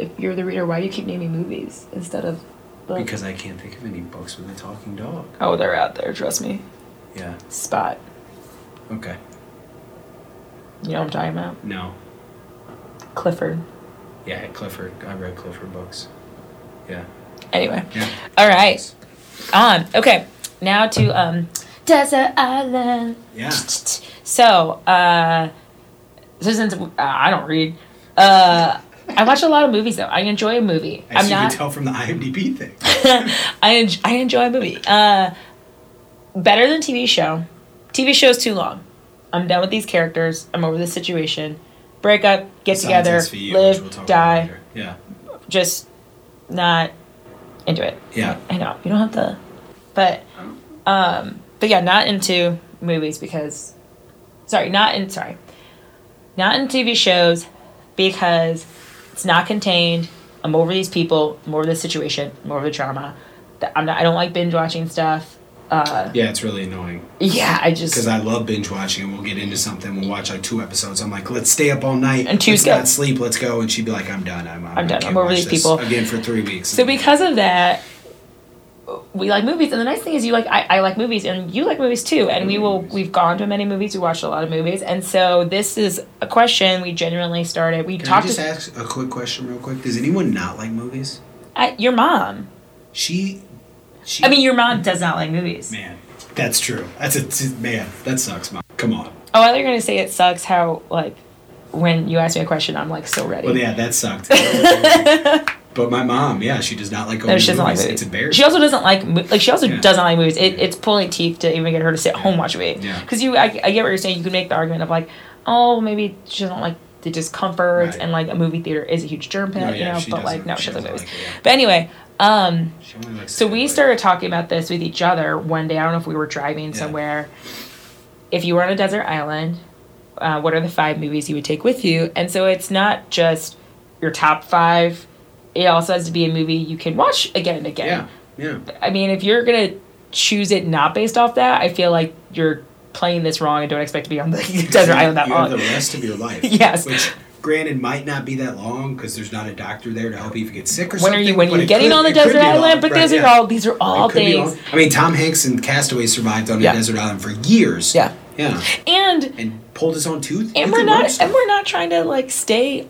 Speaker 1: if you're the reader, why do you keep naming movies instead of books?
Speaker 2: Because I can't think of any books with a talking dog.
Speaker 1: oh, they're out there. Trust me.
Speaker 2: Yeah.
Speaker 1: Spot.
Speaker 2: Okay.
Speaker 1: You know what I'm talking about?
Speaker 2: No.
Speaker 1: Clifford.
Speaker 2: Yeah, Clifford. I read Clifford books. Yeah.
Speaker 1: Anyway.
Speaker 2: Yeah.
Speaker 1: All right. On. Okay. Now to um, Desert Island.
Speaker 2: Yeah.
Speaker 1: So, uh, so since uh, I don't read, uh, I watch a lot of movies though. I enjoy a movie. I'm
Speaker 2: As you
Speaker 1: not.
Speaker 2: can tell from the IMDb thing.
Speaker 1: I en- I enjoy a movie. Uh, better than TV show. TV show's too long. I'm done with these characters. I'm over this situation. Break up. Get
Speaker 2: Besides
Speaker 1: together.
Speaker 2: SVU, which
Speaker 1: live.
Speaker 2: we'll talk about
Speaker 1: die.
Speaker 2: later. Yeah.
Speaker 1: Just not into it.
Speaker 2: Yeah.
Speaker 1: I know you don't have to, but um, but yeah, not into movies because, sorry, not in sorry, not in TV shows because it's not contained. I'm over these people, I'm over the situation, I'm over the trauma. Th- I'm not. I don't like binge watching stuff. Uh,
Speaker 2: Yeah, it's really annoying
Speaker 1: yeah, I
Speaker 2: because
Speaker 1: just
Speaker 2: I love binge watching, and we'll get into something. We'll watch like two episodes. I'm like, let's stay up all night
Speaker 1: And two
Speaker 2: let's
Speaker 1: go.
Speaker 2: not sleep. Let's go. And she'd be like, I'm done. I'm, I'm,
Speaker 1: I'm done.
Speaker 2: I
Speaker 1: I'm over
Speaker 2: watch
Speaker 1: these
Speaker 2: this
Speaker 1: people.
Speaker 2: again for three weeks.
Speaker 1: so because of that. We like movies, and the nice thing is you like I, I like movies, and you like movies too. And we will we've gone to many movies, we watched a lot of movies, and so this is a question we genuinely started. We
Speaker 2: Can I
Speaker 1: talked
Speaker 2: just
Speaker 1: to
Speaker 2: ask a quick question, real quick? Does anyone not like movies?
Speaker 1: I, uh, your mom.
Speaker 2: She, she.
Speaker 1: I mean, your mom does not like movies.
Speaker 2: man, that's true. That's a t- man. That sucks, mom. Come on.
Speaker 1: Oh, I thought you were gonna say it sucks how like when you ask me a question, I'm like so ready.
Speaker 2: Well, yeah, that sucked. but my mom, yeah, she does not like going
Speaker 1: No,
Speaker 2: to
Speaker 1: she doesn't like
Speaker 2: movies.
Speaker 1: movies.
Speaker 2: It's embarrassing.
Speaker 1: She also doesn't like mo- like she also
Speaker 2: Yeah.
Speaker 1: doesn't like movies. It, it's pulling teeth to even get her to sit home watch a movie.
Speaker 2: Yeah.
Speaker 1: Because you, I, I get what you're saying. You can make the argument of like, oh, maybe she doesn't like the discomfort
Speaker 2: Right.
Speaker 1: and like a movie theater is a huge germ pit,
Speaker 2: No,
Speaker 1: you
Speaker 2: yeah,
Speaker 1: know.
Speaker 2: she
Speaker 1: But like,
Speaker 2: doesn't-
Speaker 1: no,
Speaker 2: she
Speaker 1: she doesn't like
Speaker 2: doesn't
Speaker 1: movies.
Speaker 2: like it, yeah.
Speaker 1: But anyway, um,
Speaker 2: She only likes
Speaker 1: So we
Speaker 2: Twilight.
Speaker 1: started talking about this with each other one day. I don't know if we were driving
Speaker 2: Yeah.
Speaker 1: somewhere. If you were on a desert island, uh, what are the five movies you would take with you? And so it's not just your top five. It also has to be a movie you can watch again and
Speaker 2: Yeah,
Speaker 1: again.
Speaker 2: yeah.
Speaker 1: I mean, if you're gonna choose it not based off that, I feel like you're playing this wrong and don't expect to be on the desert
Speaker 2: You-
Speaker 1: island that
Speaker 2: you
Speaker 1: long.
Speaker 2: Have the rest of your life.
Speaker 1: Yes.
Speaker 2: Which, granted, might not be that long because there's not a doctor there to help you if you get sick or
Speaker 1: when
Speaker 2: something.
Speaker 1: are you when
Speaker 2: but
Speaker 1: you're
Speaker 2: it
Speaker 1: getting
Speaker 2: could-
Speaker 1: on the
Speaker 2: it could
Speaker 1: desert
Speaker 2: be long.
Speaker 1: island? But
Speaker 2: Right,
Speaker 1: these
Speaker 2: yeah.
Speaker 1: are all these are
Speaker 2: It
Speaker 1: all
Speaker 2: could be
Speaker 1: things.
Speaker 2: long. I mean, Tom Hanks and Castaway survived on a
Speaker 1: Yeah.
Speaker 2: desert island for years.
Speaker 1: Yeah.
Speaker 2: Yeah.
Speaker 1: And
Speaker 2: And pulled his own tooth.
Speaker 1: and
Speaker 2: You
Speaker 1: we're
Speaker 2: can learn
Speaker 1: not
Speaker 2: stuff.
Speaker 1: and we're not trying to like stay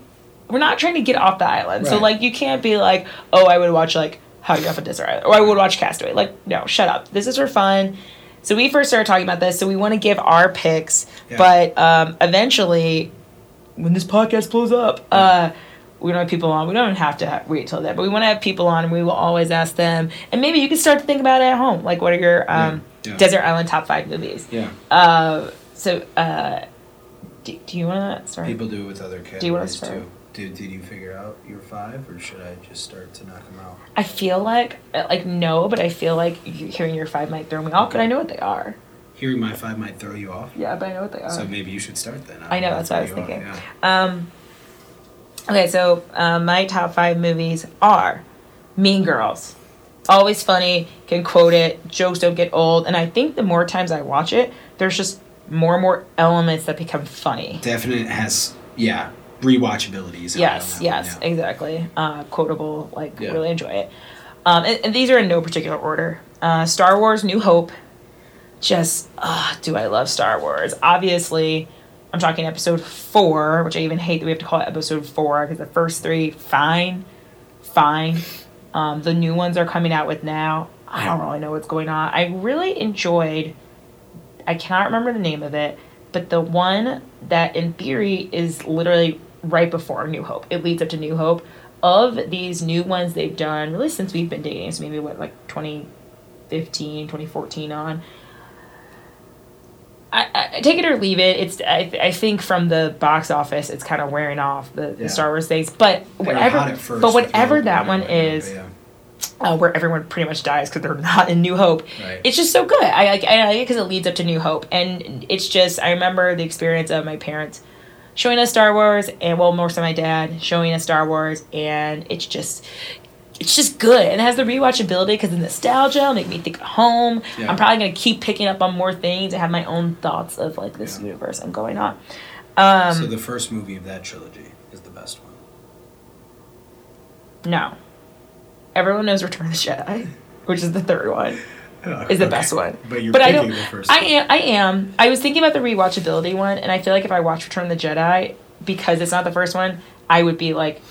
Speaker 1: we're not trying to get off the island so
Speaker 2: Right.
Speaker 1: like you can't be like oh i would watch like how you off a desert island or i would watch castaway like no shut up this is for fun so we first started talking about this so we want to give our picks
Speaker 2: Yeah.
Speaker 1: but um eventually when this podcast blows up uh we don't have people on. We don't even have to ha- wait till then, but we want to have people on, and we will always ask them. And maybe you can start to think about it at home. Like, what are your um,
Speaker 2: Yeah, yeah.
Speaker 1: desert island top five movies?
Speaker 2: Yeah.
Speaker 1: Uh, so, uh, do, do you want to start?
Speaker 2: People do it with other categories
Speaker 1: you wanna start?
Speaker 2: too. Did, did you figure out your five, or should I just start to knock them out?
Speaker 1: I feel like, uh, like no, but I feel like you- hearing your five might throw me off, but I know what they are.
Speaker 2: Hearing my five might throw you off.
Speaker 1: Yeah, but I know what they are.
Speaker 2: So maybe you should start then.
Speaker 1: Uh, I know,
Speaker 2: don't
Speaker 1: that's what I was
Speaker 2: throw you
Speaker 1: thinking.
Speaker 2: off,
Speaker 1: um, okay, so um, my top five movies are Mean Girls. Always funny, can quote it, jokes don't get old, and I think the more times I watch it, there's just more and more elements that become funny.
Speaker 2: yeah. Definite has, yeah, rewatchability is high on
Speaker 1: Yes,
Speaker 2: that one,
Speaker 1: yes,
Speaker 2: yeah.
Speaker 1: exactly. Uh, quotable, like
Speaker 2: Yeah.
Speaker 1: really enjoy it. Um, and, and these are in no particular order. Uh, Star Wars: New Hope. Just, ah, do I love Star Wars? Obviously, I'm talking Episode Four, which I even hate that we have to call it Episode Four because the first three, fine, fine. Um, the new ones are coming out with now. I don't really know what's going on. I really enjoyed. I cannot remember the name of it, but the one that in theory is literally right before New Hope. It leads up to New Hope. Of these new ones they've done, really since we've been dating, so maybe what, like 2015, 2014 on, I, I take it or leave it. It's I, I think from the box office, it's kind of wearing off the, the
Speaker 2: Yeah.
Speaker 1: Star Wars things. But
Speaker 2: They were
Speaker 1: whatever,
Speaker 2: hot at first,
Speaker 1: but
Speaker 2: which
Speaker 1: whatever
Speaker 2: was
Speaker 1: that
Speaker 2: really
Speaker 1: one
Speaker 2: annoying,
Speaker 1: is,
Speaker 2: but
Speaker 1: uh, where everyone pretty much dies because they're not in New Hope.
Speaker 2: yeah. Right.
Speaker 1: It's just so good. I like I like it because it leads up to New Hope, and it's just I remember the experience of my parents showing us Star Wars, and well, more so my dad showing us Star Wars, and it's just. It's just good, and it has the rewatchability because the nostalgia will make me think of home.
Speaker 2: Yeah.
Speaker 1: I'm probably gonna keep picking up on more things and have my own thoughts of like this
Speaker 2: Yeah.
Speaker 1: universe I'm going on. Um,
Speaker 2: so the first movie of that trilogy is the best one.
Speaker 1: no, everyone knows Return of the Jedi, which is the third one. Is the best one.
Speaker 2: Oh, But you're
Speaker 1: But I
Speaker 2: picking
Speaker 1: don't-
Speaker 2: the first
Speaker 1: I
Speaker 2: one.
Speaker 1: am. I am. I was thinking about the rewatchability one, and I feel like if I watch Return of the Jedi, because it's not the first one, I would be like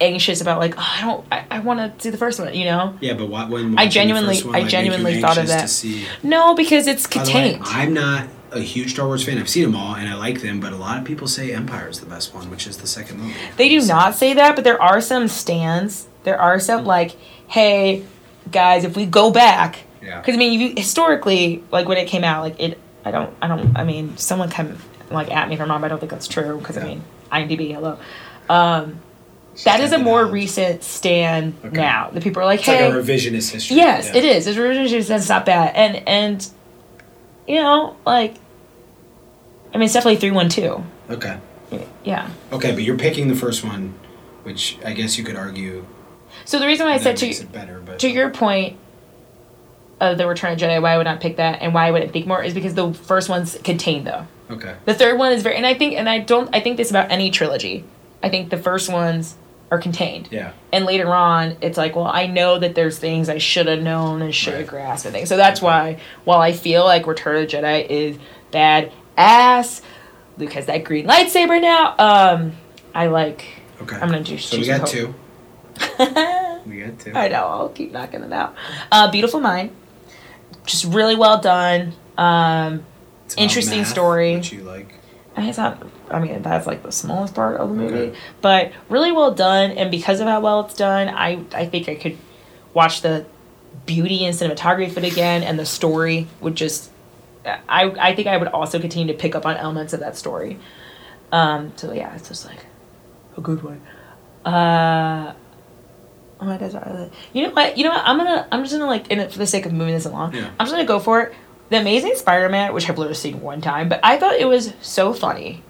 Speaker 1: anxious about like oh, I don't. I, I want to see the first one. You know?
Speaker 2: Yeah, but why,
Speaker 1: I
Speaker 2: when watching the
Speaker 1: genuinely-
Speaker 2: first one,
Speaker 1: I
Speaker 2: like, make you
Speaker 1: genuinely thought of
Speaker 2: anxious to
Speaker 1: that.
Speaker 2: see-
Speaker 1: No, because it's
Speaker 2: By the way,
Speaker 1: contained.
Speaker 2: I'm not a huge Star Wars fan. I've seen them all and I like them, but a lot of people say Empire is the best one, which is the second movie.
Speaker 1: They do not say that, but there are some stands. There are some like, hey, guys, if we go back,
Speaker 2: Yeah.
Speaker 1: because I mean, you, historically, like when it came out, like it, I don't, I don't, I mean, someone come like at me if I'm wrong, but I don't think that's true because
Speaker 2: Yeah.
Speaker 1: I mean, IMDb, hello. Um, that is a
Speaker 2: taking
Speaker 1: more
Speaker 2: out.
Speaker 1: recent stand
Speaker 2: Okay.
Speaker 1: now. The people are like,
Speaker 2: It's
Speaker 1: hey,
Speaker 2: like a revisionist history.
Speaker 1: Yes,
Speaker 2: Yeah.
Speaker 1: it is. It's originally that's not bad, and and you know, like, I mean, it's definitely three one two.
Speaker 2: Okay.
Speaker 1: Yeah.
Speaker 2: Okay, but you're picking the first one, which I guess you could argue
Speaker 1: So the reason why I
Speaker 2: that
Speaker 1: said
Speaker 2: makes
Speaker 1: to
Speaker 2: it better, but
Speaker 1: to your point of the Return of Jedi, why I would not pick that, and why I wouldn't think more is because the first one's contained though.
Speaker 2: Okay.
Speaker 1: The third one is very, and I think, and I don't, I think this about any trilogy. I think the first ones are contained.
Speaker 2: Yeah.
Speaker 1: and later on it's like well i know that there's things i should have known and should have
Speaker 2: Right.
Speaker 1: grasped and things so that's why while i feel like return of the jedi is bad ass luke has that green lightsaber now um i like
Speaker 2: Okay.
Speaker 1: i'm gonna just
Speaker 2: so we got two. We got two.
Speaker 1: i know i'll keep knocking them out uh beautiful mind just really well done um
Speaker 2: It's about
Speaker 1: Interesting
Speaker 2: math,
Speaker 1: story.
Speaker 2: Which you like.
Speaker 1: and it's not i mean that's like the smallest part of the movie
Speaker 2: Okay.
Speaker 1: but really well done and because of how well it's done i i think i could watch the beauty and cinematography of it again and the story would just i i think i would also continue to pick up on elements of that story um so yeah it's just like a good one uh Oh my God, sorry. You know what? You know what? I'm gonna. I'm just gonna like. In it for the sake of moving this along,
Speaker 2: Yeah.
Speaker 1: I'm just gonna go for it. The Amazing Spider-Man, which I've literally seen one time, but I thought it was so funny.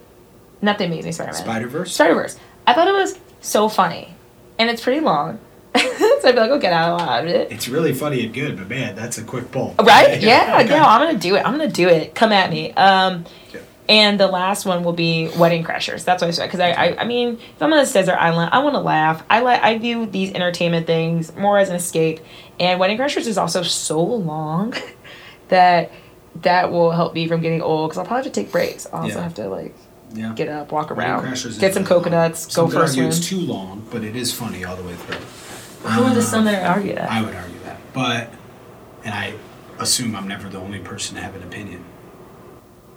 Speaker 1: Not the Amazing Spider-Man.
Speaker 2: Spider Verse.
Speaker 1: Spider Verse. I thought it was so funny, and it's pretty long, so I'd be like, "Oh, get out of it."
Speaker 2: It's really funny and good, but man, that's a quick pull.
Speaker 1: Oh, Right? Yeah,
Speaker 2: okay.
Speaker 1: no, I'm gonna do it. I'm gonna do it. Come at me. Um,
Speaker 2: Yeah.
Speaker 1: and the last one will be Wedding Crashers. That's why I said because I, I, I mean, if I'm on this desert island, I want to laugh. I like I view these entertainment things more as an escape, and Wedding Crashers is also so long that that will help me from getting old because I'll probably have to take breaks. I'll also
Speaker 2: Yeah.
Speaker 1: have to like
Speaker 2: Yeah.
Speaker 1: get up, walk
Speaker 2: Wedding
Speaker 1: around,
Speaker 2: Crashers is
Speaker 1: get some
Speaker 2: really long.
Speaker 1: coconuts,
Speaker 2: Some
Speaker 1: go
Speaker 2: could
Speaker 1: for a
Speaker 2: argue
Speaker 1: swim.
Speaker 2: It's too long, but it is funny all the way through.
Speaker 1: Who are the some that argue that?
Speaker 2: I would argue that, but and I assume I'm never the only person to have an opinion.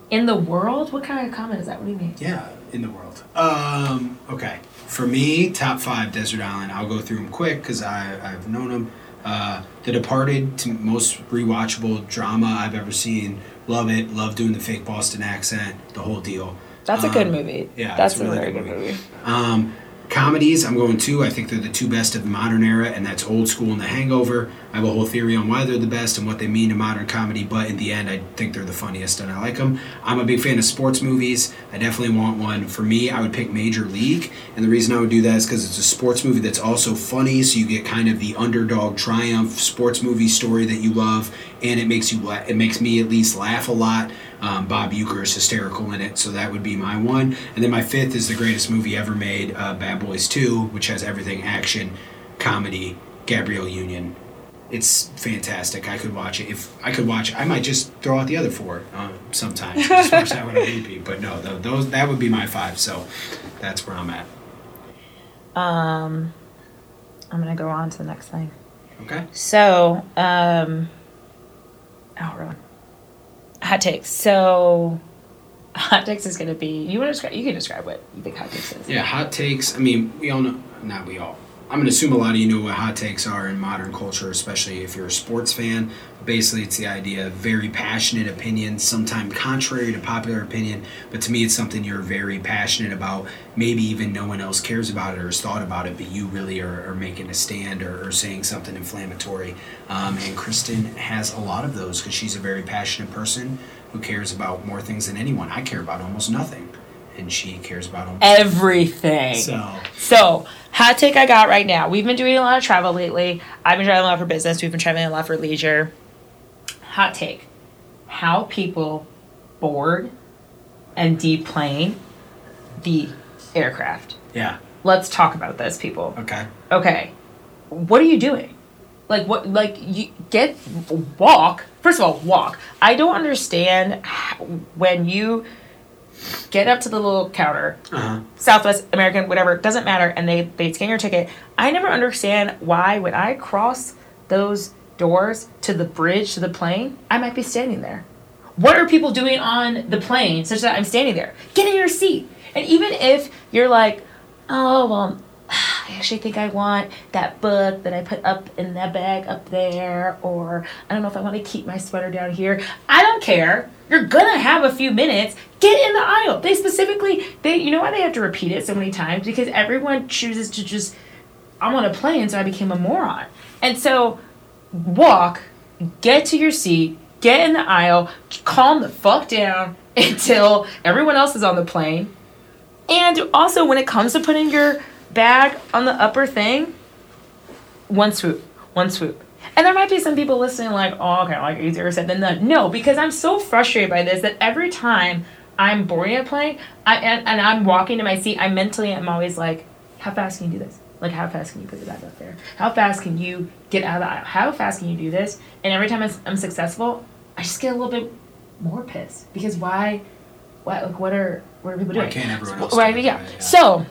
Speaker 1: In the world? What kind of comment is that? What do you mean?
Speaker 2: Yeah, in the world. Um, okay. For me, top five Desert Island. I'll go through them quick because I've known them. Uh, the Departed, to most rewatchable drama I've ever seen. Love it. Love doing the fake Boston accent, the whole deal.
Speaker 1: That's a
Speaker 2: Um,
Speaker 1: good movie.
Speaker 2: yeah,
Speaker 1: that's
Speaker 2: it's
Speaker 1: a
Speaker 2: a really
Speaker 1: very
Speaker 2: good
Speaker 1: good
Speaker 2: movie.
Speaker 1: movie.
Speaker 2: Um, comedies, I'm going two. I think they're the two best of the modern era, and that's Old School and The Hangover. I have a whole theory on why they're the best and what they mean to modern comedy, but in the end, I think they're the funniest and I like them. I'm a big fan of sports movies. I definitely want one. For me, I would pick Major League, and the reason I would do that is because it's a sports movie that's also funny, so you get kind of the underdog triumph sports movie story that you love, and it makes you la- it makes me at least laugh a lot. Um, Bob Euchre is hysterical in it, so that would be my one. And then my fifth is the greatest movie ever made, uh, Bad Boys 2, which has everything action, comedy, Gabrielle Union. It's fantastic. I could watch it. If I could watch it, I might just throw out the other four um, sometimes. Just watch that one on repeat. But no, tho- those that would be my five. So that's where I'm at.
Speaker 1: Um, I'm gonna go on to the next thing.
Speaker 2: Okay.
Speaker 1: So, um, oh, wrong. Hot takes. So, hot takes is gonna be. You want to describe? You can describe what you think hot takes is.
Speaker 2: Yeah, hot takes. I mean, we all know. Not we all. I'm going to assume a lot of you know what hot takes are in modern culture, especially if you're a sports fan. Basically, it's the idea of very passionate opinions, sometimes contrary to popular opinion, but to me, it's something you're very passionate about. Maybe even no one else cares about it or has thought about it, but you really are, are making a stand or, or saying something inflammatory. Um, and Kristen has a lot of those because she's a very passionate person who cares about more things than anyone. I care about almost nothing, and she cares about almost
Speaker 1: Everything.
Speaker 2: so.
Speaker 1: So, hot take I got right now. We've been doing a lot of travel lately. I've been traveling a lot for business. We've been traveling a lot for leisure. Hot take. How people board and deplane the aircraft.
Speaker 2: Yeah.
Speaker 1: Let's talk about this, people.
Speaker 2: Okay.
Speaker 1: Okay. What are you doing? Like what like you get walk. First of all, walk. I don't understand how, when you get up to the little counter
Speaker 2: Uh huh.
Speaker 1: Southwest American, whatever, doesn't matter, and they they scan your ticket. I never understand why when I cross those doors to the bridge to the plane, I might be standing there. What are people doing on the plane such that I'm standing there? Get in your seat. And even if you're like, oh well, I actually think I want that book that I put up in that bag up there, or I don't know if I want to keep my sweater down here. I don't care. You're gonna have a few minutes. Get in the aisle. They specifically, they, you know why they have to repeat it so many times because everyone chooses to just, I'm on a plane, so I became a moron. And so, walk, get to your seat, get in the aisle, calm the fuck down until everyone else is on the plane. And also, when it comes to putting your bag on the upper thing, one swoop, one swoop. And there might be some people listening, like, oh, okay, like easier said than done. No, because I'm so frustrated by this that every time I'm boarding a plane I, and, and I'm walking to my seat, I mentally am always like, how fast can you do this? Like, how fast can you put the bag up there? How fast can you get out of the aisle? How fast can you do this? And every time I'm, I'm successful, I just get a little bit more pissed because why? Why? Like, what are what are people
Speaker 2: Why
Speaker 1: doing?
Speaker 2: can't everyone else
Speaker 1: Right?
Speaker 2: do it?
Speaker 1: Yeah.
Speaker 2: Right, yeah.
Speaker 1: So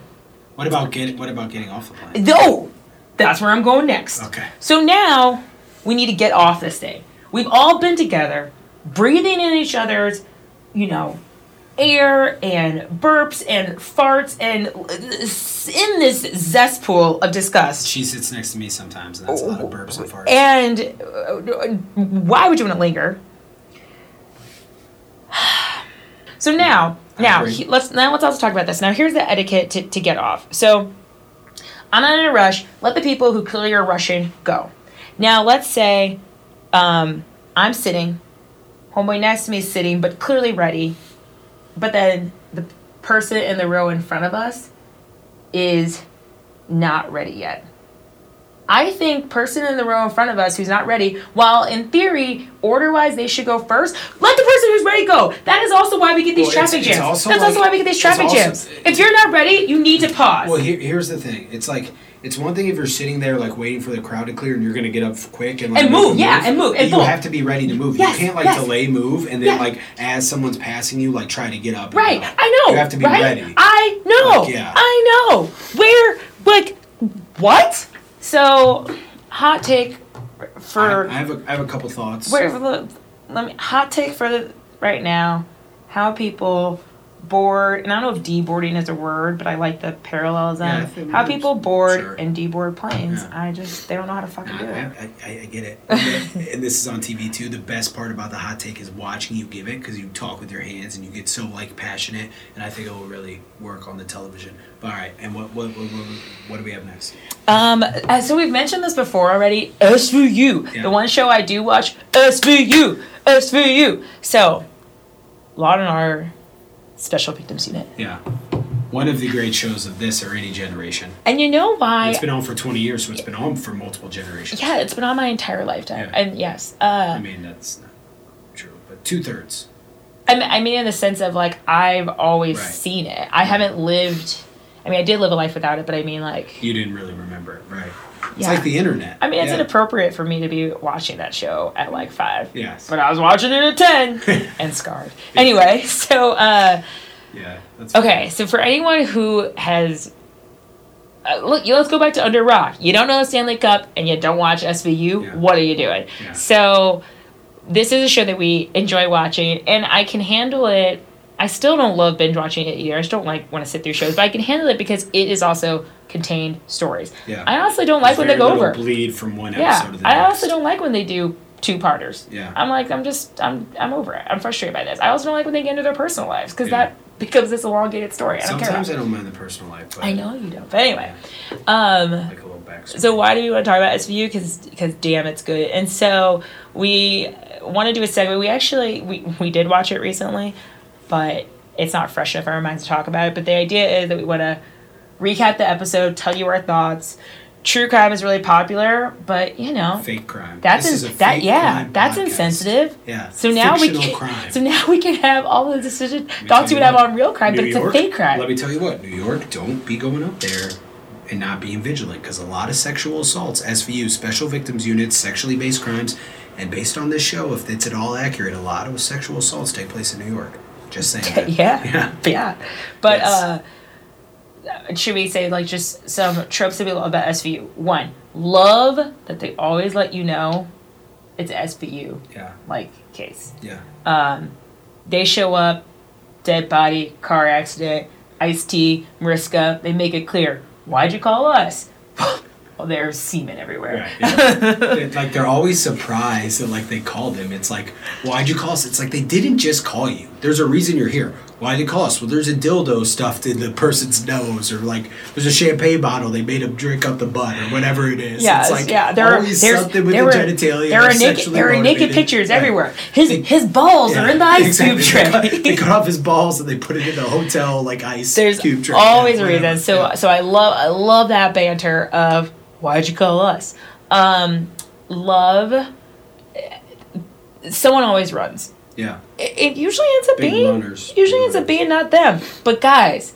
Speaker 2: What about get? What about getting off the plane?
Speaker 1: no, that's where I'm going next.
Speaker 2: Okay.
Speaker 1: So now we need to get off this thing. We've all been together, breathing in each other's, you know, air and burps and farts and uh, in this zestpool of disgust.
Speaker 2: She sits next to me sometimes, and that's a lot of burps and farts.
Speaker 1: Oh. And uh, why would you want to linger? So now,
Speaker 2: I
Speaker 1: now
Speaker 2: agree.
Speaker 1: he- let's now let's also talk about this. Now here's the etiquette to, to get off. So I'm not in a rush. Let the people who clearly are rushing go. Now let's say um, I'm sitting, homeboy next to me is sitting, but clearly ready. But then the person in the row in front of us is not ready yet. I think person in the row in front of us who's not ready, while in theory, order wise they should go first, let the person who's ready go. That is also why we get these
Speaker 2: Well, it's-
Speaker 1: traffic
Speaker 2: it's
Speaker 1: jams.
Speaker 2: also
Speaker 1: That's
Speaker 2: like-
Speaker 1: also why we get these
Speaker 2: it's
Speaker 1: traffic
Speaker 2: also-
Speaker 1: jams. If you're not ready, you need to pause.
Speaker 2: well, here, here's the thing. It's like it's one thing if you're sitting there like waiting for the crowd to clear, and you're gonna get up quick and like,
Speaker 1: And
Speaker 2: make a
Speaker 1: move, yeah, and move,
Speaker 2: but
Speaker 1: and
Speaker 2: you
Speaker 1: boom.
Speaker 2: have to be ready to move.
Speaker 1: Yes,
Speaker 2: you can't like
Speaker 1: yes.
Speaker 2: delay move and then
Speaker 1: Yeah.
Speaker 2: like as someone's passing you, like try to get up. and
Speaker 1: Right,
Speaker 2: go.
Speaker 1: I know.
Speaker 2: You have to be
Speaker 1: right?
Speaker 2: ready.
Speaker 1: I know.
Speaker 2: Like, yeah.
Speaker 1: I know. Where, like, what? So, hot take for
Speaker 2: I, I have a, I have a couple thoughts.
Speaker 1: where for the let me hot take for the right now. How people board, and I don't know if deboarding is a word, but I like the parallelism.
Speaker 2: Yeah, I think
Speaker 1: how
Speaker 2: it is.
Speaker 1: people board
Speaker 2: Sure.
Speaker 1: and deboard planes.
Speaker 2: Yeah.
Speaker 1: I just they don't know how to fucking do it.
Speaker 2: I, I, I get it. and this is on TV too. The best part about the hot take is watching you give it because you talk with your hands and you get so like passionate. And I think it will really work on the television. But all right, and what what what, what, what do we have next?
Speaker 1: Um, uh, so we've mentioned this before already. SVU,
Speaker 2: Yeah.
Speaker 1: the one show I do watch. SVU, SVU. So, Laud and our Special Victims Unit.
Speaker 2: Yeah, one of the great shows of this or any generation.
Speaker 1: And you know why?
Speaker 2: It's been on for twenty years, so it's been on for multiple generations.
Speaker 1: yeah, it's been on my entire lifetime.
Speaker 2: Yeah.
Speaker 1: And yes,
Speaker 2: I
Speaker 1: uh,
Speaker 2: mean that's not true, but two thirds.
Speaker 1: I mean, I mean in the sense of like I've always
Speaker 2: Right.
Speaker 1: seen it. I haven't lived. I mean, I did live a life without it, but I mean, like,
Speaker 2: You didn't really remember it, right? It's
Speaker 1: Yeah.
Speaker 2: like the internet.
Speaker 1: I mean, it's
Speaker 2: yeah.
Speaker 1: inappropriate for me to be watching that show at like five.
Speaker 2: Yes.
Speaker 1: But I was watching it at ten and scarred. Anyway, so. uh
Speaker 2: yeah. That's
Speaker 1: Okay, so for anyone who has uh, look, you- let's go back to Under Rock. You don't know the Stanley Cup and you don't watch SVU.
Speaker 2: Yeah.
Speaker 1: What are you doing?
Speaker 2: Yeah.
Speaker 1: So this is a show that we enjoy watching, and I can handle it. I still don't love binge watching it either. I just don't like want to sit through shows, but I can handle it because it is also contained stories.
Speaker 2: Yeah.
Speaker 1: I honestly don't like when they
Speaker 2: Very
Speaker 1: go
Speaker 2: little
Speaker 1: over.
Speaker 2: Bleed from one episode
Speaker 1: Yeah,
Speaker 2: to the
Speaker 1: I
Speaker 2: next.
Speaker 1: also don't like when they do two parters.
Speaker 2: Yeah.
Speaker 1: I'm like, I'm just, I'm, I'm over it. I'm frustrated by this. I also don't like when they get into their personal lives because
Speaker 2: Yeah.
Speaker 1: that becomes this elongated story. I don't care.
Speaker 2: Sometimes
Speaker 1: About.
Speaker 2: I don't mind the personal life, but
Speaker 1: I know you don't. But anyway, um,
Speaker 2: like a little backstory.
Speaker 1: so why do we want to talk about SVU? Because damn, it's good. And so we want to do a segment. We actually we we did watch it recently, but it's not fresh enough in our minds to talk about it. But the idea is that we want to recap the episode, tell you our thoughts. True crime is really popular, but you know
Speaker 2: fake crime.
Speaker 1: that's
Speaker 2: This is
Speaker 1: in,
Speaker 2: a
Speaker 1: that
Speaker 2: fake
Speaker 1: yeah
Speaker 2: crime
Speaker 1: that's
Speaker 2: podcast.
Speaker 1: insensitive.
Speaker 2: Yeah.
Speaker 1: So now
Speaker 2: Fictional
Speaker 1: we can
Speaker 2: crime.
Speaker 1: so now we can have all the decision
Speaker 2: Let
Speaker 1: thoughts
Speaker 2: me tell
Speaker 1: you would
Speaker 2: you
Speaker 1: have
Speaker 2: what,
Speaker 1: on real crime, but
Speaker 2: New
Speaker 1: it's
Speaker 2: York,
Speaker 1: a fake crime.
Speaker 2: Let me tell you what, New York, don't be going up there and not being vigilant because a lot of sexual assaults, SVU, special victims units, sexually based crimes, and based on this show, if it's at all accurate, a lot of sexual assaults take place in New York. Just saying.
Speaker 1: yeah.
Speaker 2: Yeah.
Speaker 1: Yeah. But
Speaker 2: Yes.
Speaker 1: uh should we say like just some tropes that we love about SVU? One, love that they always let you know it's a SVU
Speaker 2: Yeah.
Speaker 1: like case.
Speaker 2: Yeah.
Speaker 1: Um they show up, dead body, car accident, iced tea, Mariska, they make it clear. Why'd you call us? well, there's semen everywhere.
Speaker 2: Right, They- like they're always surprised that like they called them. It's like, why'd you call us? It's like they didn't just call you. There's a reason you're here. Why'd you call us? Well, there's a dildo stuffed in the person's nose, or like there's a champagne bottle they made them drink up the butt, or whatever it is.
Speaker 1: Yeah,
Speaker 2: it's
Speaker 1: it's-
Speaker 2: like
Speaker 1: yeah. There are
Speaker 2: always
Speaker 1: there's,
Speaker 2: something with
Speaker 1: there
Speaker 2: the
Speaker 1: were,
Speaker 2: genitalia.
Speaker 1: There
Speaker 2: or
Speaker 1: are naked
Speaker 2: sexually
Speaker 1: there are naked
Speaker 2: motivated-
Speaker 1: pictures
Speaker 2: Right.
Speaker 1: everywhere. His
Speaker 2: They-
Speaker 1: his balls
Speaker 2: Yeah,
Speaker 1: are in the ice cube
Speaker 2: exactly. They
Speaker 1: tray.
Speaker 2: cut, they cut off his balls and they put it in the hotel like ice
Speaker 1: There's
Speaker 2: cube tray.
Speaker 1: always
Speaker 2: Yeah,
Speaker 1: a
Speaker 2: whatever.
Speaker 1: reason. So uh,
Speaker 2: Yeah.
Speaker 1: so I love I love that banter of why'd you call us? Um, love. Someone always runs.
Speaker 2: yeah.
Speaker 1: It, it usually ends up
Speaker 2: Big
Speaker 1: being
Speaker 2: runners.
Speaker 1: usually
Speaker 2: Big
Speaker 1: ends up
Speaker 2: runners.
Speaker 1: being not them, but guys.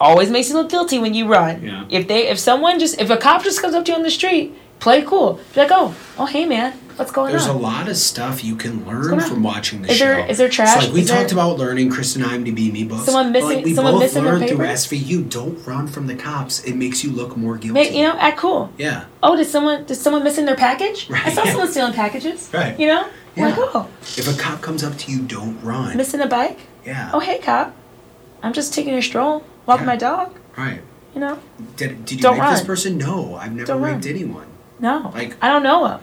Speaker 1: Always makes you look guilty when you run.
Speaker 2: Yeah.
Speaker 1: If they, if someone just, if a cop just comes up to you on the street, play cool. Be like, oh, oh, hey man, what's going
Speaker 2: There's
Speaker 1: on?
Speaker 2: a lot of stuff you can learn
Speaker 1: going on?
Speaker 2: from watching the
Speaker 1: Is
Speaker 2: show.
Speaker 1: there- is there
Speaker 2: It's
Speaker 1: trash?
Speaker 2: like we
Speaker 1: Is there-
Speaker 2: talked about learning Kristen IMDb books.
Speaker 1: Someone
Speaker 2: but, like,
Speaker 1: missing-
Speaker 2: we
Speaker 1: someone
Speaker 2: both
Speaker 1: missing their
Speaker 2: learned through
Speaker 1: papers?
Speaker 2: SVU. Don't run from the cops. It makes you look more guilty.
Speaker 1: Make, you know, act cool.
Speaker 2: yeah.
Speaker 1: Oh, did someone did someone missing their package? I
Speaker 2: Right,
Speaker 1: saw
Speaker 2: yeah.
Speaker 1: someone stealing packages.
Speaker 2: Right.
Speaker 1: You know,
Speaker 2: Yeah.
Speaker 1: like oh,
Speaker 2: If a cop comes up to you, don't run.
Speaker 1: missing a bike.
Speaker 2: yeah.
Speaker 1: Oh hey cop, I'm just taking a stroll, walking
Speaker 2: Yeah.
Speaker 1: my dog.
Speaker 2: Right.
Speaker 1: You know,
Speaker 2: Did, did you
Speaker 1: Don't
Speaker 2: rape this
Speaker 1: run.
Speaker 2: person? No, I've never
Speaker 1: Don't
Speaker 2: raped
Speaker 1: run.
Speaker 2: anyone.
Speaker 1: no,
Speaker 2: Like-
Speaker 1: I don't know him.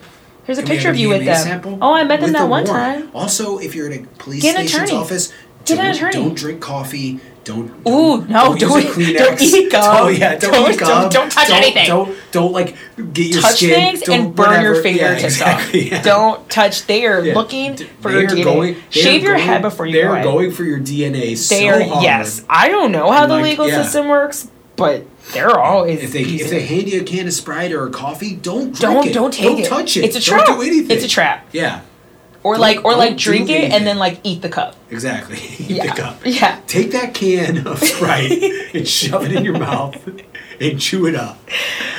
Speaker 1: Here's a
Speaker 2: Can we
Speaker 1: picture
Speaker 2: have
Speaker 1: of you
Speaker 2: a
Speaker 1: with
Speaker 2: DNA
Speaker 1: them.
Speaker 2: sample?
Speaker 1: Oh, I met them
Speaker 2: With
Speaker 1: that
Speaker 2: the
Speaker 1: one
Speaker 2: warrant.
Speaker 1: time.
Speaker 2: Also, if you're in a police
Speaker 1: Get an
Speaker 2: station's
Speaker 1: attorney.
Speaker 2: office,
Speaker 1: Get
Speaker 2: don't,
Speaker 1: an attorney.
Speaker 2: don't drink coffee. Don't.
Speaker 1: Ooh,
Speaker 2: don't-
Speaker 1: no,
Speaker 2: use a
Speaker 1: don't eat- don't
Speaker 2: Kleenex.
Speaker 1: eat gum.
Speaker 2: Don't, yeah, don't,
Speaker 1: Don't-
Speaker 2: eat gum.
Speaker 1: don't- don't touch anything.
Speaker 2: Don't don't like get your
Speaker 1: Touch
Speaker 2: skin.
Speaker 1: things
Speaker 2: don't
Speaker 1: and burn your
Speaker 2: whatever. Yeah,
Speaker 1: fingertips
Speaker 2: exactly,
Speaker 1: off.
Speaker 2: yeah.
Speaker 1: Don't touch. They are
Speaker 2: Yeah.
Speaker 1: looking
Speaker 2: D-
Speaker 1: for
Speaker 2: they
Speaker 1: your
Speaker 2: are
Speaker 1: DNA.
Speaker 2: going- they are
Speaker 1: Shave your head
Speaker 2: going-
Speaker 1: before you
Speaker 2: They
Speaker 1: go
Speaker 2: are
Speaker 1: in.
Speaker 2: going for your DNA.
Speaker 1: They
Speaker 2: so
Speaker 1: are
Speaker 2: hard.
Speaker 1: yes. I don't know how
Speaker 2: And,
Speaker 1: the
Speaker 2: like,
Speaker 1: legal
Speaker 2: yeah.
Speaker 1: system works, but they're always
Speaker 2: If they if
Speaker 1: using-
Speaker 2: they hand you a can of Sprite or a coffee, don't drink
Speaker 1: don't
Speaker 2: it.
Speaker 1: don't take
Speaker 2: don't
Speaker 1: it.
Speaker 2: touch it.
Speaker 1: It's a
Speaker 2: Don't
Speaker 1: trap.
Speaker 2: do anything.
Speaker 1: It's a trap.
Speaker 2: Yeah,
Speaker 1: or
Speaker 2: Don't-
Speaker 1: like or
Speaker 2: don't
Speaker 1: like
Speaker 2: do
Speaker 1: drink it
Speaker 2: anything.
Speaker 1: and then like eat the cup.
Speaker 2: exactly. You
Speaker 1: Yeah.
Speaker 2: Pick up.
Speaker 1: Yeah.
Speaker 2: Take that can of Sprite and shove it in your mouth and chew it up.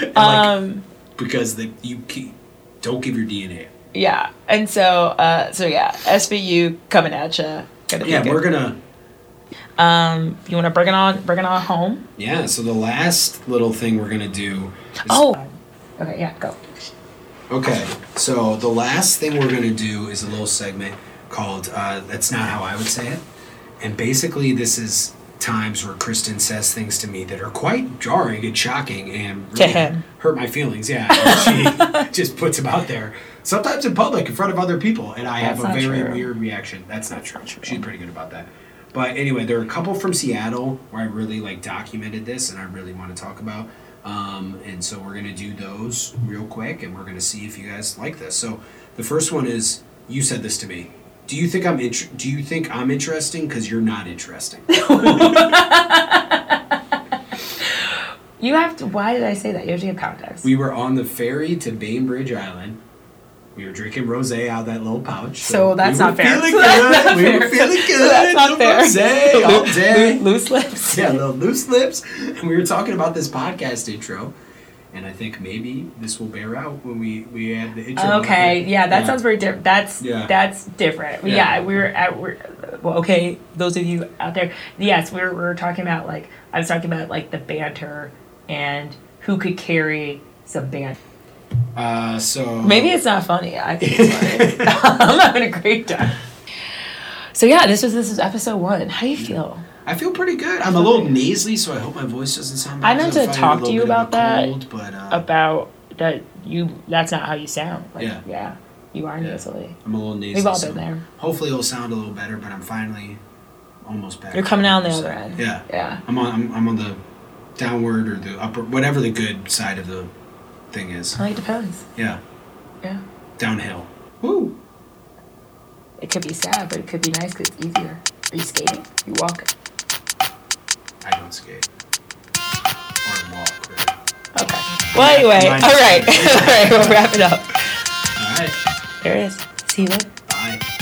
Speaker 2: And, like,
Speaker 1: Um
Speaker 2: because the, you keep, don't give your DNA.
Speaker 1: yeah. And so uh so yeah, SBU coming at ya. Gonna be
Speaker 2: Yeah,
Speaker 1: good.
Speaker 2: we're gonna.
Speaker 1: um you want to bring it on bring it on home?
Speaker 2: Yeah, so the last little thing we're gonna do. Is,
Speaker 1: Oh. Okay, yeah, go.
Speaker 2: Okay, so the last thing we're gonna do is a little segment called uh, "That's Not How I Would Say It," and basically this is times where Kristen says things to me that are quite jarring and shocking and
Speaker 1: To
Speaker 2: really
Speaker 1: him.
Speaker 2: hurt my feelings. Yeah, and she just puts them out there. Sometimes in public, in front of other people, and I have
Speaker 1: That's
Speaker 2: a
Speaker 1: not
Speaker 2: very
Speaker 1: true.
Speaker 2: weird reaction. That's not true. She's pretty good about that. But anyway, there are a couple from Seattle where I really like documented this, and I really want to talk about. Um, and so we're gonna do those real quick, and we're gonna see if you guys like this. So the first one is you said this to me. Do you think I'm int- Do you think I'm interesting? Because you're not interesting.
Speaker 1: You have to why did I say that? You have to give context.
Speaker 2: we were on the ferry to Bainbridge Island. We were drinking rosé out of that little pouch.
Speaker 1: So that's
Speaker 2: we were
Speaker 1: not fair.
Speaker 2: Feeling
Speaker 1: So that's not
Speaker 2: good. We were
Speaker 1: fair.
Speaker 2: feeling
Speaker 1: So
Speaker 2: good.
Speaker 1: that's not fair.
Speaker 2: Rosé all
Speaker 1: Loo-
Speaker 2: day.
Speaker 1: loo- Loose lips.
Speaker 2: oh, yeah, little loose lips. And we were talking about this podcast intro, and I think maybe this will bear out when we we add the intro.
Speaker 1: Okay, yeah, that sounds very different. That's
Speaker 2: Yeah.
Speaker 1: that's different.
Speaker 2: Yeah.
Speaker 1: Yeah. we were at we're, well, okay. Those of you out there, yes, we were, we were talking about like I was talking about like the banter and who could carry some banter.
Speaker 2: Uh, so
Speaker 1: Maybe it's not funny. I think it's funny. I'm having a great time. So yeah, this was this was episode one. How do you feel?
Speaker 2: I feel pretty good. I'm a little nasally, so I hope my voice doesn't sound. bad,
Speaker 1: I meant
Speaker 2: 'cause
Speaker 1: to
Speaker 2: I'm fighting a
Speaker 1: talk to
Speaker 2: little
Speaker 1: you
Speaker 2: bit of a
Speaker 1: about that.
Speaker 2: cold, but uh,
Speaker 1: about that you that's not how you sound. Like,
Speaker 2: Yeah.
Speaker 1: yeah. You are
Speaker 2: Yeah.
Speaker 1: nasally.
Speaker 2: I'm a little nasally.
Speaker 1: We've all
Speaker 2: so
Speaker 1: been there.
Speaker 2: Hopefully, it'll sound a little better. But I'm finally almost back.
Speaker 1: You're coming out on the other
Speaker 2: 100%.
Speaker 1: end.
Speaker 2: Yeah,
Speaker 1: Yeah.
Speaker 2: I'm on. I'm, I'm on the downward or the upper, whatever the good side of the thing is.
Speaker 1: Well, it depends.
Speaker 2: Yeah,
Speaker 1: Yeah.
Speaker 2: downhill. Woo.
Speaker 1: It could be sad, but it could be nice because it's easier. Are you skating? You walk.
Speaker 2: I don't skate. Or walk. Really.
Speaker 1: Okay. Well, anyway, all
Speaker 2: Mine-
Speaker 1: right. all right, we'll wrap it up.
Speaker 2: All right.
Speaker 1: There it is. See you later.
Speaker 2: Bye.